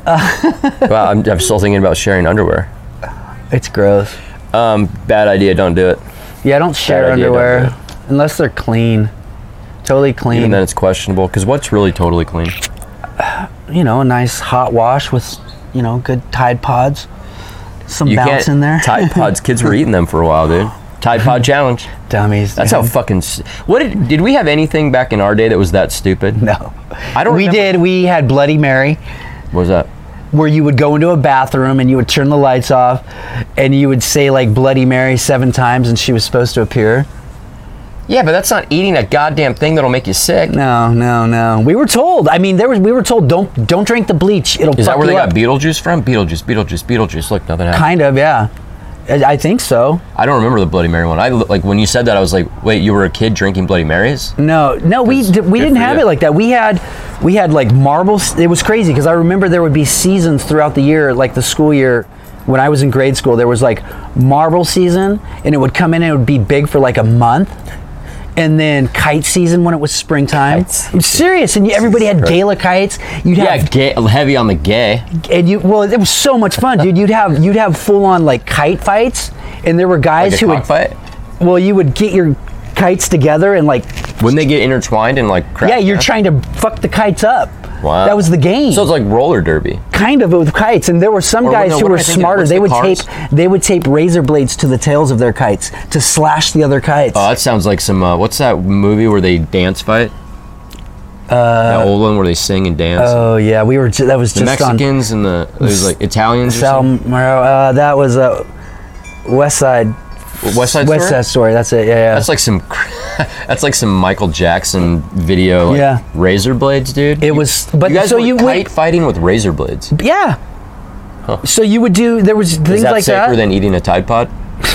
wow, I'm, I'm still thinking about sharing underwear. It's gross. Um, bad idea, don't do it. Yeah, I don't share Bad idea, don't underwear do unless they're clean, totally clean. Even then, it's questionable because what's really totally clean? you know, a nice hot wash with you know good Tide Pods, some You bounce in there. Tide Pods, kids were eating them for a while, dude. Tide Pod Challenge. Dummies. That's how dude. fucking. s- What did, did we have anything back in our day that was that stupid? No, I don't We remember- did. We had Bloody Mary, What was that? where you would go into a bathroom and you would turn the lights off, and you would say like Bloody Mary seven times, and she was supposed to appear. Yeah, but that's not eating a goddamn thing that'll make you sick. No, no, no. We were told. I mean, there was. We were told don't don't drink the bleach. It'll Is fuck that where they you got up. Beetlejuice from? Beetlejuice, Beetlejuice, Beetlejuice. Look, nothing happened. Kind of, yeah. I I think so. I don't remember the Bloody Mary one. I like when you said that, I was like, "Wait, you were a kid drinking Bloody Marys?" No, no, we That's di- we good didn't for have you. it like that. We had we had like marble. s- It was crazy because I remember there would be seasons throughout the year, like the school year. When I was in grade school, there was like marble season, and it would come in and it would be big for like a month, and then kite season when it was springtime. Kite I'm serious, and you, everybody had Christ. gala kites. You'd Yeah, have gay, heavy on the gay. and you well, it was so much fun, dude. You'd have you'd have full on like kite fights, and there were guys Like a who would cockfight. well, you would get your kites together and like Wouldn't they get intertwined and like crap? Yeah, you're trying to fuck the kites up. Wow. That was the game. So it's like roller derby. kind of with kites, and there were some Or what- guys no, who what am were I thinking? smarter. What's They the would cars? tape they would tape razor blades to the tails of their kites to slash the other kites. Oh, that sounds like some. Uh, what's that movie where they dance fight? Uh, that old one where they sing and dance. oh yeah, we were ju- that was the just Mexicans and the it was like on Italians. Or Sal something. Moro. Uh, that was uh, West Side. West Side West Story? Side Story. That's it. Yeah, yeah. That's like some, that's like some Michael Jackson video. like, Yeah. razor blades, dude. it was. But you guys so were you kite would. fighting with razor blades. Yeah. So you would do. There was things Is that like safer that. than eating a Tide Pod?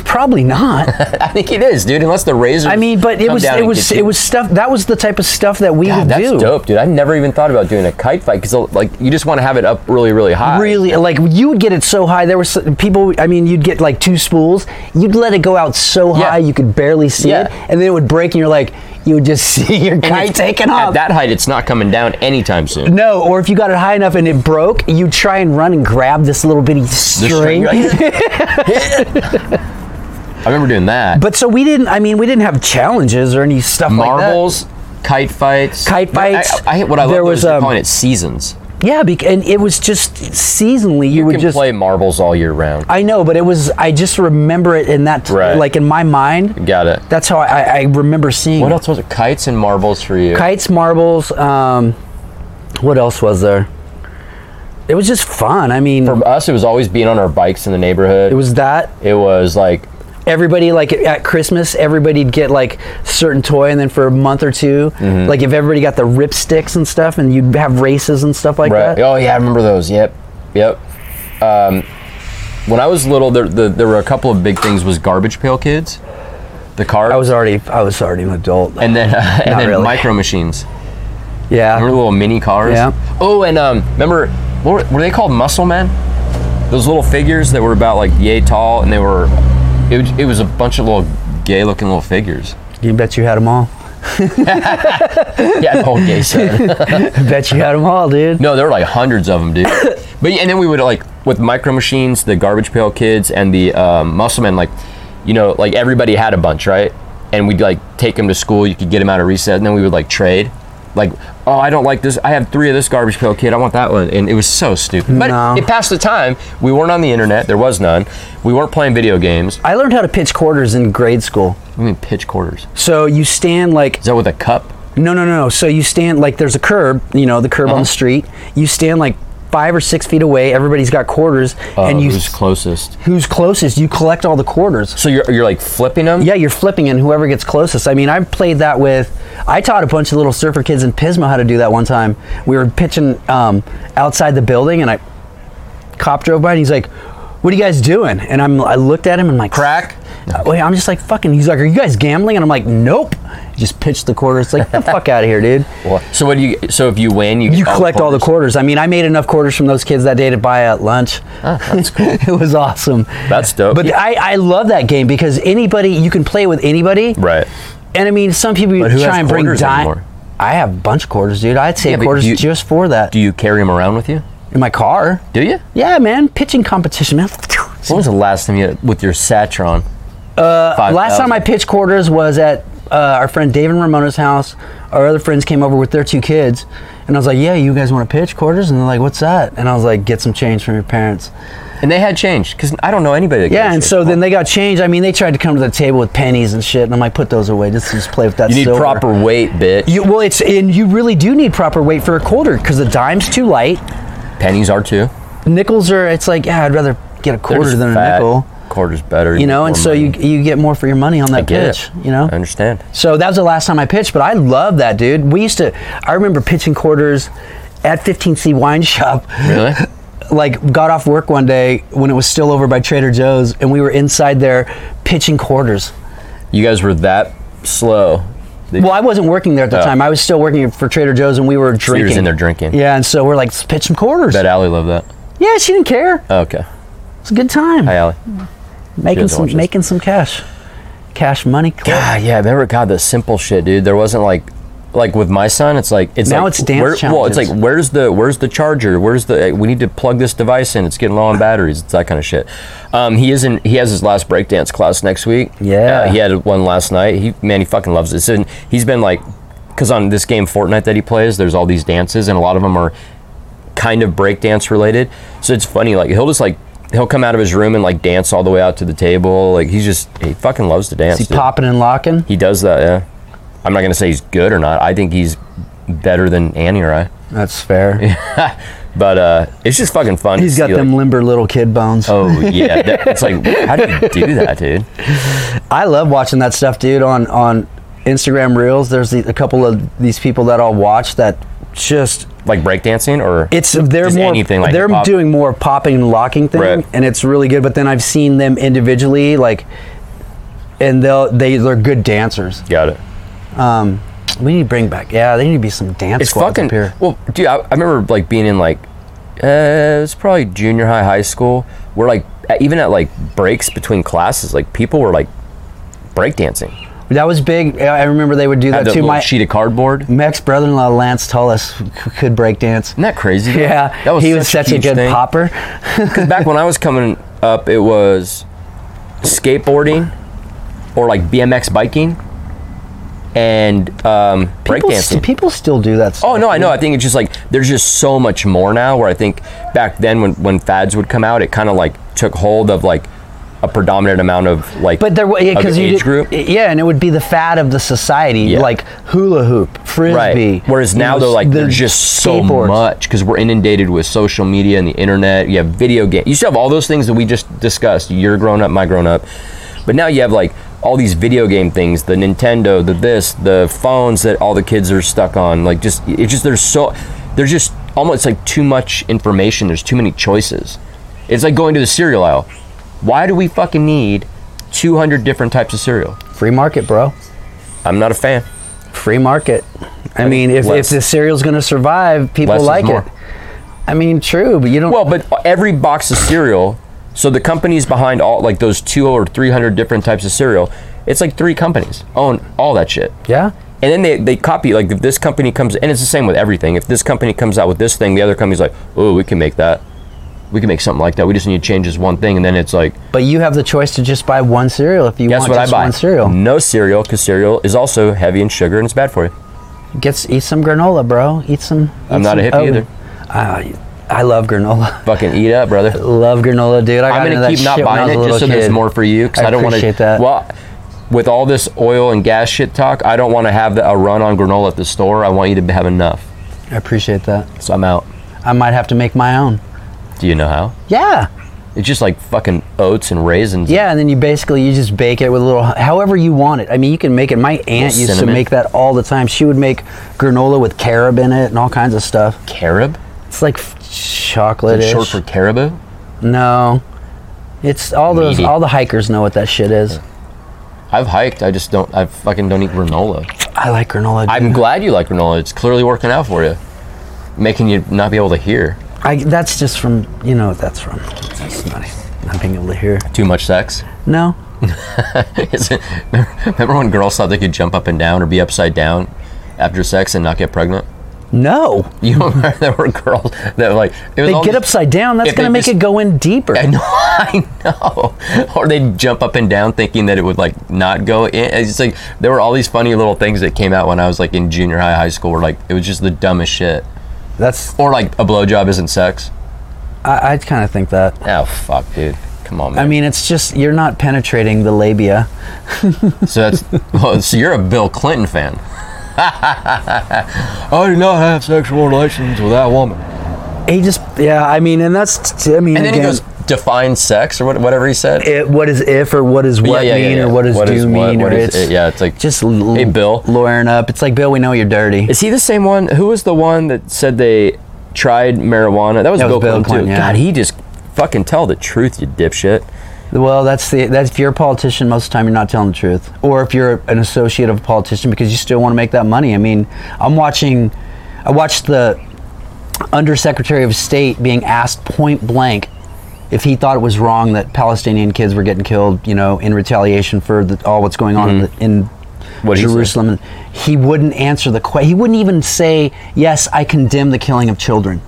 Probably not. I think it is, dude. Unless the razor. I mean, but it was it was it was stuff. That was the type of stuff that we God, would that's do. dope, dude. I never even thought about doing a kite fight because like you just want to have it up really, really high. Really, like you would get it so high. There were s- people. I mean, you'd get like two spools. You'd let it go out so Yeah. high you could barely see Yeah. it, and then it would break, and you're like, you would just see your And kite it's- taking At off. that height, it's not coming down anytime soon. no, or if you got it high enough and it broke, you try and run and grab this little bitty The string. you're like, I remember doing that. but so we didn't. I mean, we didn't have challenges or any stuff marbles, kite fights, Kite No, I- fights. I, I, what I love There though, was, is they're um, calling it seasons. like that. Yeah, bec- and it was just seasonally. You, You would can just. play marbles all year round. I know, but it was. I just remember it in that. Right. Like in my mind. Got it. That's how I, I remember seeing. What it. else was it? Kites and marbles for you. Kites, marbles. Um, what else was there? It was just fun. I mean, for us, it was always being on our bikes in the neighborhood. it was that. It was like Everybody like at Christmas, everybody'd get like certain toy, and then for a month or 2 Mm-hmm. like if everybody got the ripsticks and stuff, and you'd have races and stuff like Right. that. Oh yeah, I remember those. Yep. Yep. Um, when I was little, there, the, there were a couple of big things. Was Garbage Pail Kids, the car, I was already, I was already an adult. and then and Not then really. Micro Machines. yeah, Remember the little mini cars? Yeah. Oh, and um, remember what were, were they called? Muscle Men. Those little figures that were about like yay tall, and they were. It, was- it was a bunch of little gay-looking little figures. you bet you had them all. Yeah, the whole gay set. I bet you had them all, dude. No, there were like hundreds of them, dude. but yeah, and then we would like with micro machines, the garbage pail kids, and the um, muscle men. Like, you know, like everybody had a bunch, right? And we'd like take them to school. You could get them out of recess, and then we would like trade. Like, oh, I don't like this. I have three of this garbage pail kid. I want that one, and it was so stupid. But No. it passed the time. We weren't on the internet. There was none. We weren't playing video games. I learned how to pitch quarters in grade school. We mean pitch quarters. So you stand like Is that with a cup? No, no, no. no. So you stand like there's a curb, you know, the curb Uh-huh. on the street. You stand like five or six feet away. Everybody's got quarters, Uh, and you who's closest? who's closest? You collect all the quarters. So you're you're like flipping them. Yeah, you're flipping, and whoever gets closest. I mean, I played that with. I taught a bunch of little surfer kids in Pismo how to do that one time. We were pitching um, outside the building, and I cop drove by, and he's like, "What are you guys doing?" And I'm I looked at him and I'm like, Crack. uh, Wait, I'm just like fucking. He's like, "Are you guys gambling?" And I'm like, "Nope." Just pitched the quarters. It's like, "Get the fuck out of here, dude." So what do you? So if you win, you get You collect all the quarters. I mean, I made enough quarters from those kids that day to buy at lunch. that's cool. it was awesome. Ah, That's dope. But I, I love that game because anybody you can play with anybody. Right. And I mean, some people you But who has try and bring quarters di- anymore? I have a bunch of quarters, dude. I'd save Yeah, but quarters do you- just for that Do you carry them around with you? in my car. Do you? Yeah, man, pitching competition, man. When was the last time you had with your Satron? Uh, Last time I pitched quarters was at uh, our friend Dave and Ramona's house. Our other friends came over with their two kids, and I was like, "Yeah, you guys want to pitch quarters?" And they're like, "What's that?" And I was like, "Get some change from your parents." and they had change because I don't know anybody. That Yeah, carries and change. so then they got changed. I mean, they tried to come to the table with pennies and shit, and I'm like, put those away. Just, just play with that. you need silver." proper weight, bitch. You, well, it's and you really do need proper weight for a quarter because the dime's too light. Pennies are too. Nickels are. It's like yeah, I'd rather get a They're quarter just than fat. a nickel. Quarters better. You know, and more so you money. you get more for your money on that I get pitch. it. You know, I understand. so that was the last time I pitched, but I love that, dude. We used to, I remember pitching quarters at 15C Wine Shop. Really? Like, got off work one day when it was still over by Trader Joe's, and we were inside there pitching quarters. You guys were that slow. They- Well, I wasn't working there at the Oh. time. I was still working for Trader Joe's, and we were you were drinking. just in there drinking. Yeah, and so we're like, "Let's pitch some quarters. Bet Allie loved that. Oh, Yeah, she didn't care. Okay. It's a good time. Hi, Allie. making doesn't watch some this. making some cash. Cash money. God, yeah, I remember God the simple shit, dude. There wasn't like like with my son, it's like it's Now like, it's dance where, Well, it's like challenges. where's the where's the charger? Where's the eh, we need to plug this device in? It's getting low on batteries. It's that kind of shit. Um, he isn't. He has his last breakdance class next week. Yeah. Uh, he had one last night. He man, he fucking loves this. And he's been like, because on this game Fortnite that he plays, there's all these dances, and a lot of them are kind of breakdance related. So it's funny, like he'll just like he'll come out of his room and like dance all the way out to the table. Like he's just he fucking loves to dance. Is he dude. popping and locking? He does that, yeah. I'm not gonna say he's good or not. I think he's better than Annie or I. That's fair. But uh, it's just fucking fun. He's to got see, them Like, limber little kid bones. oh yeah, that, it's like how do you do that, dude? I love watching that stuff, dude. On on Instagram Reels, there's the, a couple of these people that I'll watch that just Like breakdancing or it's they're Just more anything like they're hip-hop. doing more popping and locking thing, Right. and it's really good. But then I've seen them individually, like, and they'll they they're good dancers. got it. Um, we need to bring back. Yeah, they need to be some dance It's squads fucking up here. well, dude. I, I remember like being in like uh, it's probably junior high, high school. Where like at- even at like breaks between classes, like people were like breakdancing. That was big. I I remember they would do Had that the too. little My, sheet of cardboard. Isn't my ex brother-in-law Lance Tullis c- could break dance. that crazy? though? Yeah, that was he was such a huge good thing. popper. 'Cause back when I was coming up, it was skateboarding or like BMX biking and um, People, breakdancing. st- people still do that. Stuff. Oh no, I know. I think it's just like there's just so much more now. Where I think back then, when when fads would come out, it kind of like took hold of like a predominant amount of like. But there, wa- yeah, of because you age did- group, yeah, and it would be the fad of the society, Yeah. like hula hoop, frisbee. right? Whereas you now know, they're like the there's just so skateboards. much because we're inundated with social media and the internet. You have video game. You still have all those things that we just discussed. You're grown up, my grown up, but now you have like all these video game things, the Nintendo, the this, the phones that all the kids are stuck on. Like just it just there's so there's just almost like too much information. There's too many choices. It's like going to the cereal aisle. Why do we fucking need 200 different types of cereal? Free market, bro. I'm not a fan. Free market. I mean, if, if less- the cereal's going to survive, people Less is like more. it. I mean, true, but you don't. Well, but every box of cereal, so the companies behind all like those two or three hundred different types of cereal, it's like three companies own all that shit. yeah. And then they, they copy like if this company comes and it's the same with everything. If this company comes out with this thing, the other company's like, oh, we can make that, we can make something like that. We just need to change this one thing, and then it's like, But you have the choice to just buy one cereal if you guess want what I just buy? one cereal. No cereal because cereal is also heavy in sugar and it's bad for you. Get s- eat some granola, bro. Eat some. Mm. I'm eat not a some hippie oat. either. I, I love granola. Fucking eat up, brother. love granola, dude. I got I'm into gonna that keep not shit when I buying was a it just so little there's kid. more for you because I I, don't want to. appreciate that. Well, with all this oil and gas shit talk, I don't want to have the, a run on granola at the store. I want you to have enough, I appreciate that. so I'm out. I might have to make my own. Do you know how? Yeah. It's just like fucking oats and raisins. Yeah, and then you basically you just bake it with a little however you want it. I mean, you can make it. My aunt used to cinnamon. make that all the time. She would make granola with carob in it and all kinds of stuff. Carob. It's like chocolate. It's short for caribou. no. It's all those Meaty. all the hikers know what that shit is. I've hiked. I just don't. I fucking don't eat granola. I like granola. I'm dude. glad you like granola. It's clearly working out for you, making you not be able to hear I, that's just from you know what that's from. That's not, not being able to hear. too much sex. No. Is it- Remember when girls thought they could jump up and down or be upside down after sex and not get pregnant? No. You don't remember there were girls that were like it was They all get these- upside down. That's if they gonna make just- it go in deeper. I know, I know. Or they'd jump up and down thinking that it would like not go in. It's just like there were all these funny little things that came out when I was like in junior high, high school. Where like it was just the dumbest shit. That's Or like a blowjob isn't sex. I, I kind of think that. Oh fuck, dude. Come on, man. I mean, it's just you're not penetrating the labia. so that's well, so you're a Bill Clinton fan. I do not have sexual relations with that woman. He just, yeah, I mean, and that's, I mean, And then he again, goes define sex or what, whatever he said. it, what is if or what is what mean or what does do what- mean what or is it's it? yeah, it's like just l- Hey, Bill. lawyering up. It's like Bill, we know you're dirty. Is he the same one? Who was the one that said they tried marijuana? That was, That was Bill Bill, Clinton, Clinton, too. yeah. God, he just fucking tell the truth, you dipshit. well, that's the that's if you're a politician, most of the time you're not telling the truth, or if you're an associate of a politician because you still want to make that money. I mean, I'm watching, I watched the undersecretary of state being asked point blank if he thought it was wrong that Palestinian kids were getting killed, you know, in retaliation for the, all what's going on in, the, in Mm-hmm. What'd he say? Jerusalem. He wouldn't answer the question. He wouldn't even say, "Yes, I condemn the killing of children,"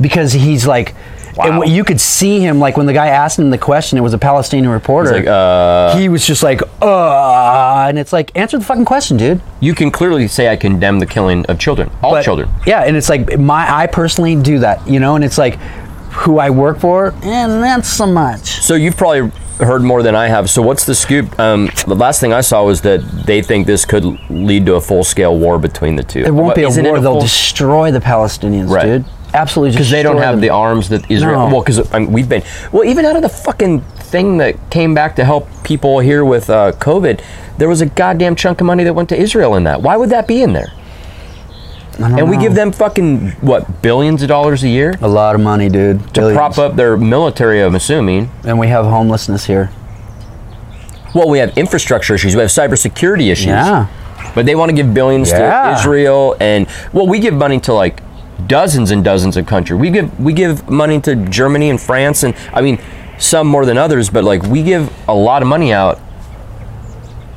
because he's like. And Wow. what- you could see him, like when the guy asked him the question, it was a Palestinian reporter. like, uh, he was just like, uh, and it's like, answer the fucking question, dude. You can clearly say I condemn the killing of children, all But- children. Yeah, and it's like my I personally do that, you know, and it's like who I work for, and that's so much. So you've probably heard more than I have. So what's the scoop? Um, the last thing I saw was that they think this could lead to a full-scale war between the two. It won't be a Isn't it war. They'll full- destroy the Palestinians, Right. dude. absolutely because they don't destroy have them. the arms that Israel. No. Well, because I mean, we've been well, even out of the fucking thing that came back to help people here with uh, COVID, there was a goddamn chunk of money that went to Israel in that. Why would that be in there? And we give them fucking what billions of dollars a year a lot of money, dude. to prop up their military. I'm assuming. and we have homelessness here. Well, we have infrastructure issues. We have cybersecurity issues. Yeah. But they want to give billions Yeah. to Israel, and well, we give money to like dozens and dozens of countries. We give we give money to Germany and France, and I mean some more than others, but like we give a lot of money out.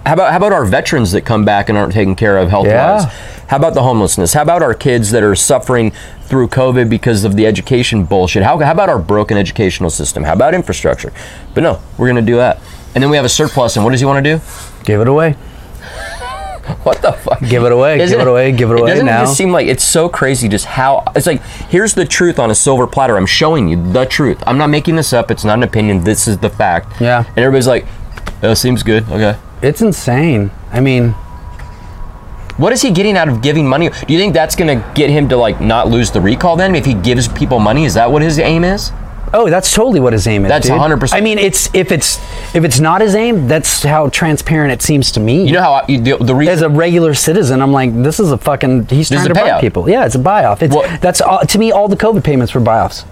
How about how about our veterans that come back and aren't taken care of health wise? Yeah. How about the homelessness? How about our kids that are suffering through COVID because of the education bullshit? How, how about our broken educational system? How about infrastructure? But no, we're going to do that. And then we have a surplus, and what does he want to do? Give it away. What the fuck? Give it away. Isn't give it, away. Give it away doesn't now. it just seem like it's so crazy just how it's like here's the truth on a silver platter. I'm showing you the truth. I'm not making this up. It's not an opinion. This is the fact. Yeah. And everybody's like, "Oh, seems good." Okay. it's insane. I mean, What is he getting out of giving money? Do you think that's going to get him to like not lose the recall then if he gives people money? Is that what his aim is? oh, that's totally what his aim is. That's dude. 100%. I mean, it's if it's if it's not his aim, that's how transparent it seems to me. You know how I, you- the, the reason as a regular citizen, I'm like, this is a fucking. He's This trying is to a bribe payoff. people. Yeah, it's a buy off. It's, Well- that's all, to me. All the COVID payments were buy offs.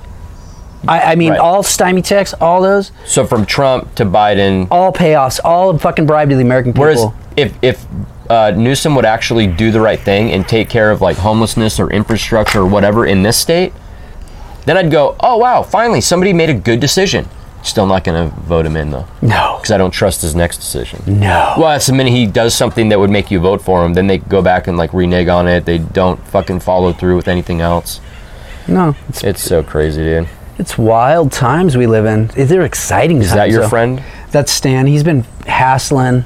I, I mean, Right. all stymie checks, all those, so from Trump to Biden all payoffs, all fucking bribe to the American people. Whereas if if uh, Newsom would actually do the right thing and take care of like homelessness or infrastructure or whatever in this state, then I'd go, oh wow, finally somebody made a good decision. Still not going to vote him in though, no, because I don't trust his next decision. no. Well, that's the minute he does something that would make you vote for him, then they go back and like renege on it. They don't fucking follow through with anything else. No, it's It's so crazy, dude. it's wild times we live in. They're exciting. Is that your friend? That's Stan. He's been hassling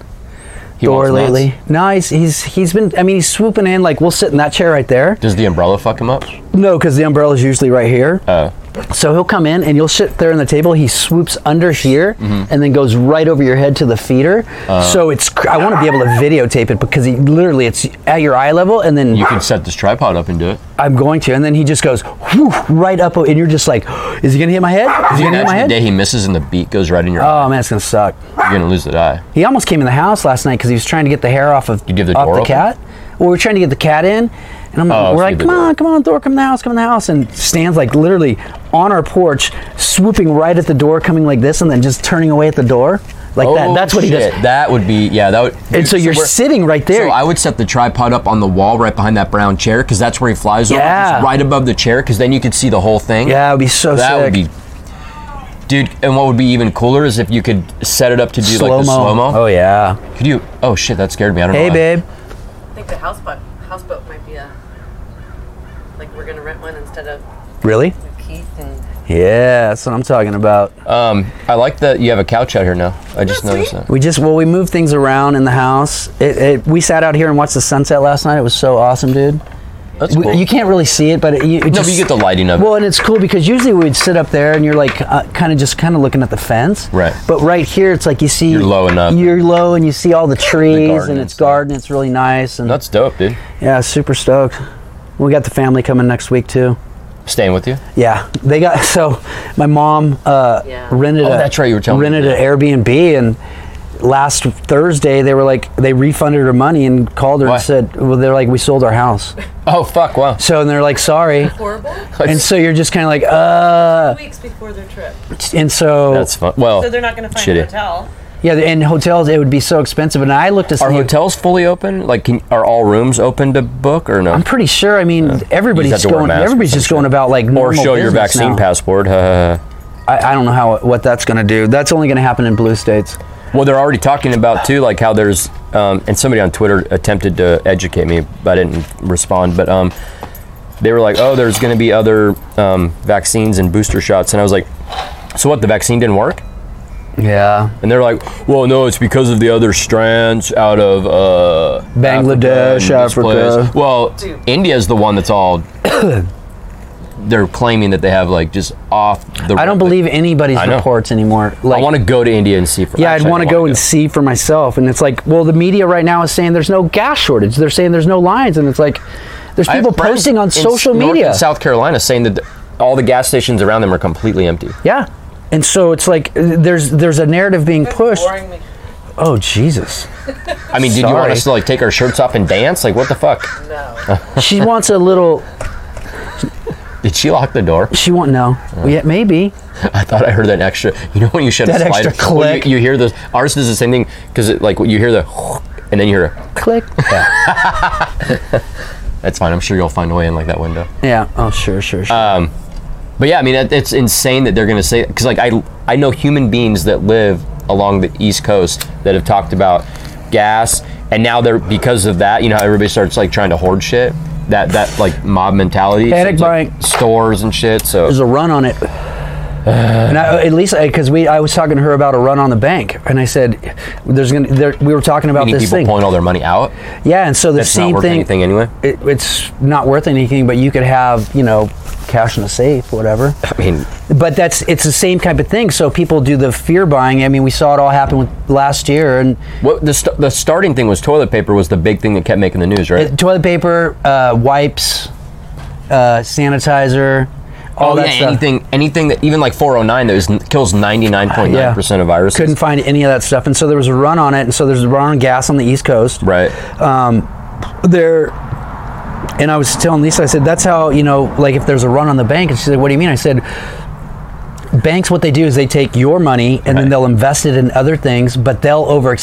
He Thor wants nuts? lately. No, he's, he's he's been. I mean, he's swooping in. Like we'll sit in that chair right there. Does the umbrella fuck him up? No, because the umbrella's usually right here. Oh. So he'll come in and you'll sit there on the table. He swoops under here Mm-hmm. and then goes right over your head to the feeder. Uh. so it's cr- I want to be able to videotape it because he literally it's at your eye level and then You could set this tripod up and do it. I'm going to and then he just goes whoosh, right up and you're just like, is he gonna hit my head? Is he gonna hit my Imagine the head? day he misses and the beat goes right in your Oh man, it's gonna suck. You're going to lose the eye. He almost came in the house last night because he was trying to get the hair off of Did you have the off door the open? cat. Well, we were trying to get the cat in, and I'm Oh, we're so like, you come did on, that." come on, Thor, come in the house, come in the house, and stands like literally on our porch, swooping right at the door, coming like this, and then just turning away at the door like that. That's what he Oh, shit. does. That would be yeah. That would. And so you're we're- sitting right there. So I would set the tripod up on the wall right behind that brown chair because that's where he flies over. Yeah. It's right above the chair because then you could see the whole thing. yeah, it would be so That sick. would be. Dude, and what would be even cooler is if you could set it up to do like the slow mo. Oh yeah. Could you? Oh shit, that scared me. I don't Hey know. why. babe. I think the houseboat houseboat might be a like we're gonna rent one instead of Really? Keith and Yeah, that's what I'm talking about. Um, I like that you have a couch out here now. I just noticed that. We just well, we moved things around in the house. It, it, we sat out here and watched the sunset last night. It was so awesome, dude. That's We- cool. You can't really see it, but it, you, it no, just, but you get the lighting of it. Well, and it's cool because usually we'd sit up there and you're like uh, kind of just kind of looking at the fence. Right. But right here, it's like you see You're low enough. You're low, and you see all the trees, garden and and it's stuff. garden. It's really nice, and That's dope, dude. yeah, super stoked. We got the family coming next week too. Staying with you. Yeah, they got so my mom uh, Yeah. rented. Oh, a, that's right, you were telling me rented that. an Airbnb and. Last Thursday, they were like they refunded her money and called her Why? and said, "Well, they're like we sold our house." Oh fuck! Wow. So and they're like, "Sorry," horrible and so you're just kind of like, "Uh," weeks before their trip. and so That's fun. Well, So they're not gonna find Oh, Shitty. a hotel. Yeah, and hotels it would be so expensive. And I looked at Are some. hotels fully open? Like, can, are all rooms open to book or no? I'm pretty sure. I mean, You everybody's just have to wear going. a mask or Everybody's just some going shit. about like normal or show your business vaccine now. passport. well, I, I don't know how what that's going to do. That's only going to happen in blue states. they're already talking about too, like how there's, um, and somebody on Twitter attempted to educate me, but I didn't respond. But um, they were like, "Oh, there's going to be other um, vaccines and booster shots," and I was like, "So what? The vaccine didn't work?" Yeah, And they're like, "Well, no, it's because of the other strands out of uh, Bangladesh, and this Africa." place." Well, Dude. India is the one that's all. they're claiming that they have like just off the. I don't believe anybody's I know. reports anymore. Like, I want to go to India and see. For, yeah, I'd actually, I want to don't go wanna and see for myself. And it's like, well, the media right now is saying there's no gas shortage. They're saying there's no lines, and it's like, There's I have people friends posting on in social North and media. South Carolina saying that th- all the gas stations around them are completely empty. Yeah. And so it's like uh, there's there's a narrative being pushed. Boring me. Oh Jesus. I mean, did you want Sorry. us to like take our shirts off and dance? Like, what the fuck? No. She wants a little Did she lock the door? she won't know. Yeah, maybe. I thought I heard that extra. You know when you shut That a slide, extra when click. You, you hear the ours does the same thing because like you hear the and then you hear a, Click. Yeah. that's fine. I'm sure you'll find a way in like that window. yeah. Oh sure, sure, sure. But yeah, I mean it, it's insane that they're gonna say because like I I know human beings that live along the East Coast that have talked about gas and now they're because of that you know how everybody starts like trying to hoard shit that that like mob mentality Panic it's, like, buying. stores and shit so there's a run on it. And I, at least because we, I was talking to her about a run on the bank, and I said, "There's gonna." There, we were talking about many this people thing. pulling all their money out Yeah, and so the that's same not worth thing. anything anyway It, it's not worth anything, but you could have you know cash in a safe, whatever. I mean But that's it's the same type of thing. So people do the fear buying. I mean, we saw it all happen with last year, and What the st- the starting thing was toilet paper was the big thing that kept making the news, right? toilet paper, uh, wipes, uh, sanitizer, all oh that yeah, stuff. anything anything that even like 409 that was, kills 99.9 percent of viruses. Couldn't find any of that stuff, and so there was a run on it, and so there's a run on gas on the East Coast. right. um, there and I was telling Lisa, I said, that's how, you know, like if there's a run on the bank. And she said, what do you mean? I said, banks, what they do is they take your money and then Right. they'll invest it in other things, but they'll over,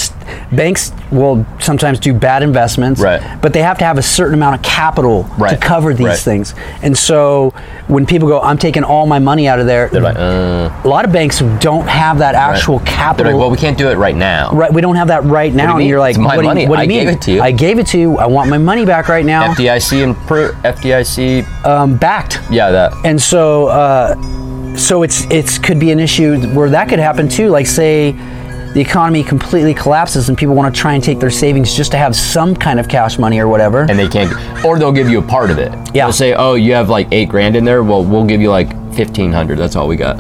banks will sometimes do bad investments, Right. but they have to have a certain amount of capital to Right. cover these Right. things. And so when people go, I'm taking all my money out of there, They're like, uh, a lot of banks don't have that actual they're capital. like, well, we can't do it right now. Right, we don't have that right now, and mean? you're like, It's my what do you- money. what do you I mean? gave it to you. I gave it to you. I want my money back right now. FDIC and pro- FDIC, um, backed, yeah, that. and so uh, so it's it's could be an issue where that could happen too. Like say the economy completely collapses and people want to try and take their savings just to have some kind of cash money or whatever. And they can't, or they'll give you a part of it. Yeah. They'll say, oh, you have like eight grand in there. Well, we'll give you like 1500. That's all we got.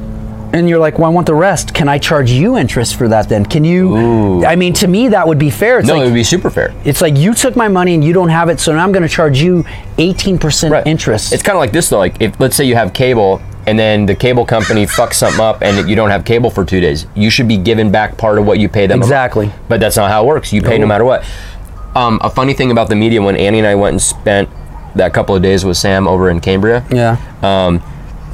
and you're like, well, I want the rest. Can I charge you interest for that then? Can you? I mean, to me, that would be fair. It's no, like, it would be super fair. it's like you took my money and you don't have it, so now I'm going to charge you 18% Right. interest. It's kind of like this though. Like if let's say you have cable and then the cable company fucks something up and you don't have cable for two days, you should be giving back part of what you pay them. a month. Exactly. But that's not how it works. You pay no matter what. Um, a funny thing about the media when Annie and I went and spent that couple of days with Sam over in Cambria. yeah. Um,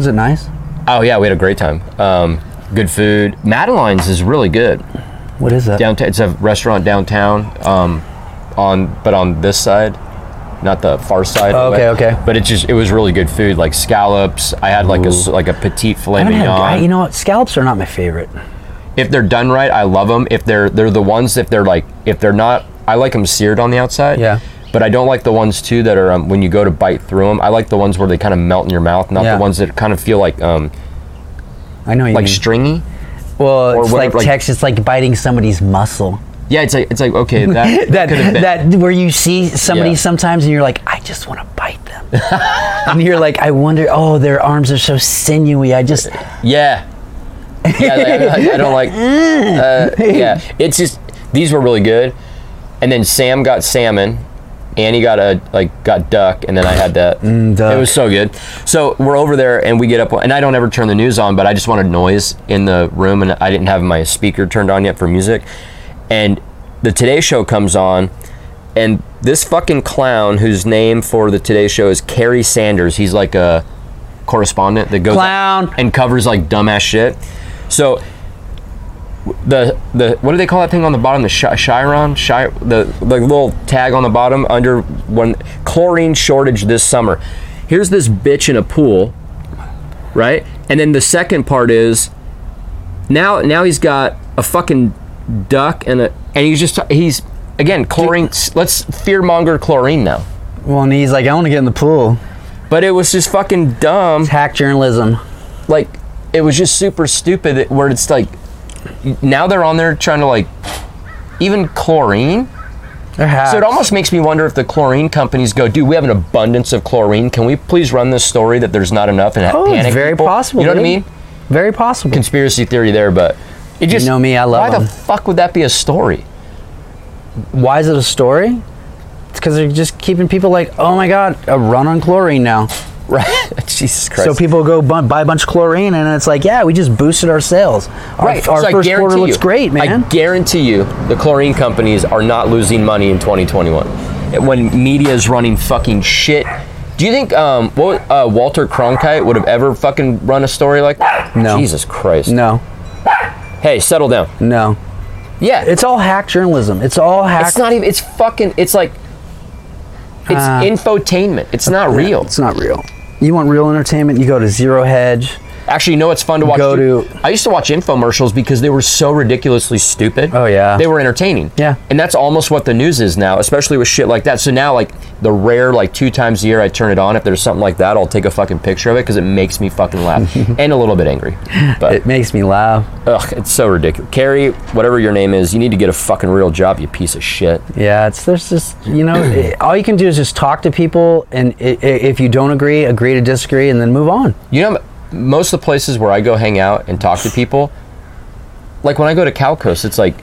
Is it nice? Oh yeah, we had a great time. Um, good food. Madeline's is really good What is that? downtown. It's a restaurant downtown. Um, on but on this side, not the far side. Oh, okay, but- okay. But it just it was really good food, like scallops. I had like a s- like a petite filet I don't mignon. have, I, you know what? Scallops are not my favorite. if they're done right, I love them. If they're they're the ones if they're like if they're not, I like them seared on the outside. Yeah. But I don't like the ones too that are um, when you go to bite through them. I like the ones where they kind of melt in your mouth, not Yeah. Mm-hmm. the ones that kind of feel like um I know you like mean. stringy. well, or it's what- like, like- text. It's like biting somebody's muscle. Yeah, it's like it's like okay that That could have been. that where you see somebody Yeah. sometimes and you're like, I just want to bite them, and you're like, I wonder. Oh, their arms are so sinewy. I just Yeah. Yeah, like, I, I don't like. Uh, yeah, it's just these were really good, and then Sam got salmon, Annie got a like got duck, and then I had that. duck. It was so good. So we're over there, and we get up, and I don't ever turn the news on, but I just wanted noise in the room, and I didn't have my speaker turned on yet for music, and the Today Show comes on. And this fucking clown, whose name for the Today Show is Kerry Sanders, he's like a correspondent that goes Clown. and covers like dumbass shit. So the the what do they call that thing on the bottom? The chi- chiron, chi- the the little tag on the bottom under one chlorine shortage this summer. Here's this bitch in a pool, right? And then the second part is now now he's got a fucking duck and a and he's just he's again chlorine. Let's fearmonger chlorine now. well, and he's like, I want to get in the pool. But it was just fucking dumb. Hack journalism. like it was just super stupid that- where it's like now they're on there trying to like even chlorine They're hacks. so it almost makes me wonder if the chlorine companies go dude we have an abundance of chlorine can we please run this story that there's not enough and Oh, it's panic very people?" possible, you know what i dude. mean very possible. conspiracy theory there but it just know me, I love why 'em. the fuck would that be a story Why is it a story? it's because they're just keeping people like, oh my god, a run on chlorine now. Right. Jesus Christ. So people go bu- buy a bunch of chlorine, and it's like, yeah, we just boosted our sales. Our, Right. our so I first guarantee quarter you, looks great, man. I guarantee you, the chlorine companies are not losing money in 2021 when media is running fucking shit. Do you think um, what uh, Walter Cronkite would have ever fucking run a story like that? No. Jesus Christ. no, Hey, settle down. no, Yeah. it's all hack journalism. It's all hack. It's not even. It's fucking. It's like. It's Uh, infotainment. It's not real. It's not real. You want real entertainment? You go to Zero Hedge. Actually, you know what's fun to watch? Go too? to- I used to watch infomercials because they were so ridiculously stupid. Oh, yeah. They were entertaining. Yeah. And that's almost what the news is now, especially with shit like that. So now, like the rare, like two times a year, I turn it on. If there's something like that, I'll take a fucking picture of it because it makes me fucking laugh and a little bit angry. But It makes me laugh. ugh, it's so ridiculous. Carrie, whatever your name is, you need to get a fucking real job. You piece of shit. Yeah, it's there's just you know it, all you can do is just talk to people, and i i if you don't agree, agree to disagree, and then move on. You know, most of the places where I go hang out and talk to people, like when I go to Calcos, it's like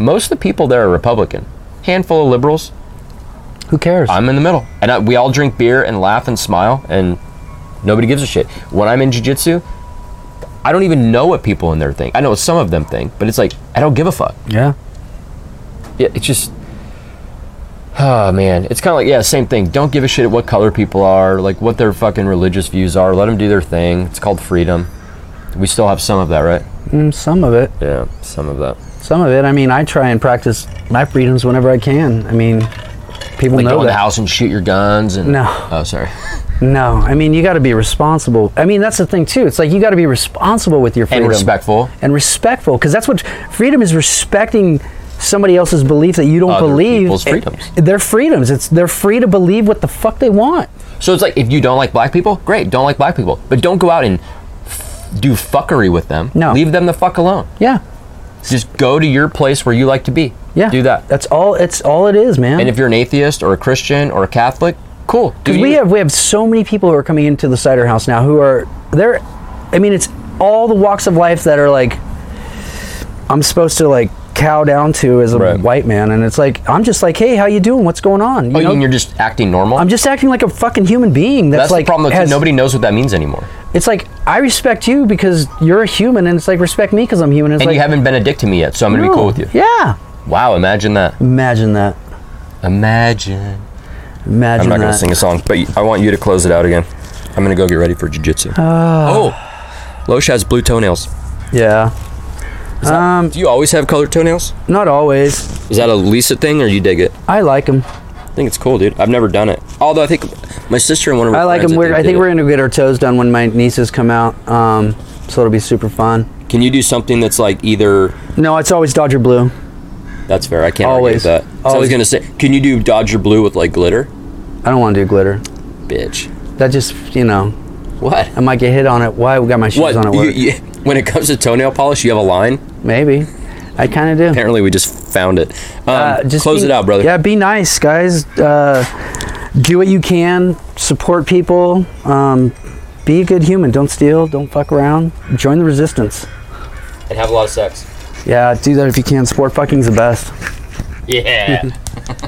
most of the people there are Republican, handful of liberals. Who cares? I'm in the middle, and I, we all drink beer and laugh and smile, and nobody gives a shit. When I'm in jujitsu, I don't even know what people in there think. I know what some of them think, but it's like I don't give a fuck. yeah, Yeah, it's just. Oh man, it's kind of like yeah, same thing. Don't give a shit what color people are, like what their fucking religious views are. Let them do their thing. It's called freedom. We still have some of that, right? mm, some of it, Yeah, some of that. some of it. I mean, I try and practice my freedoms whenever I can. I mean, people Like go know in the that. house and shoot your guns and. No. Oh, sorry. No, I mean you got to be responsible. I mean that's the thing too. It's like you got to be responsible with your freedom And respectful. and respectful because that's what freedom is respecting somebody else's belief that you don't Other believe. people's freedoms. It- their freedoms. It's they're free to believe what the fuck they want. So it's like if you don't like black people, great, don't like black people, but don't go out and f- do fuckery with them. No. Leave them the fuck alone. Yeah, Just go to your place where you like to be. yeah. Do that. That's all. It's all it is, man. And if you're an atheist or a Christian or a Catholic, cool. Do Because we you. have we have so many people who are coming into the cider house now who are they're I mean it's all the walks of life that are like I'm supposed to like cow down to as a Right. white man and it's like I'm just like hey how you doing what's going on you Oh, you know? mean you're just acting normal? I'm just acting like a fucking human being that's, That's like the problem. Though, too. has- Nobody knows what that means anymore, it's like I respect you because you're a human and it's like respect me because I'm human it's and like you haven't been a dick to me yet. So I'm gonna be cool with you. yeah Wow, imagine that. imagine that Imagine. imagine I'm not gonna that sing a song, but y- I want you to close it out again. I'm gonna go get ready for jujitsu. Ah. oh, Loesch has blue toenails. yeah Do you always have colored toenails? not always Is that a Lisa thing, or you dig it? I like them I think it's cool, dude. I've never done it. Although I think my sister and one of her I like friends, them. We're, I did think it. we're gonna get our toes done when my nieces come out. Um, so it'll be super fun. Can you do something that's like either? No, it's always Dodger blue. That's fair. I can't Always. argue with that. So I was Always. gonna say, can you do Dodger blue with like glitter? I don't want to do glitter. Bitch. That just you know, What? I might get hit on it. Why we got my shoes What? on at You- work? you- when it comes to toenail polish, you have a line. Maybe. I kind of do. Apparently, we just found it. Um, Uh, just close be- it out, brother. Yeah, be nice, guys. Uh, do what you can. Support people. Um, be a good human. Don't steal. Don't fuck around. Join the resistance. And have a lot of sex. Yeah, do that if you can. Sport fucking's the best. Yeah.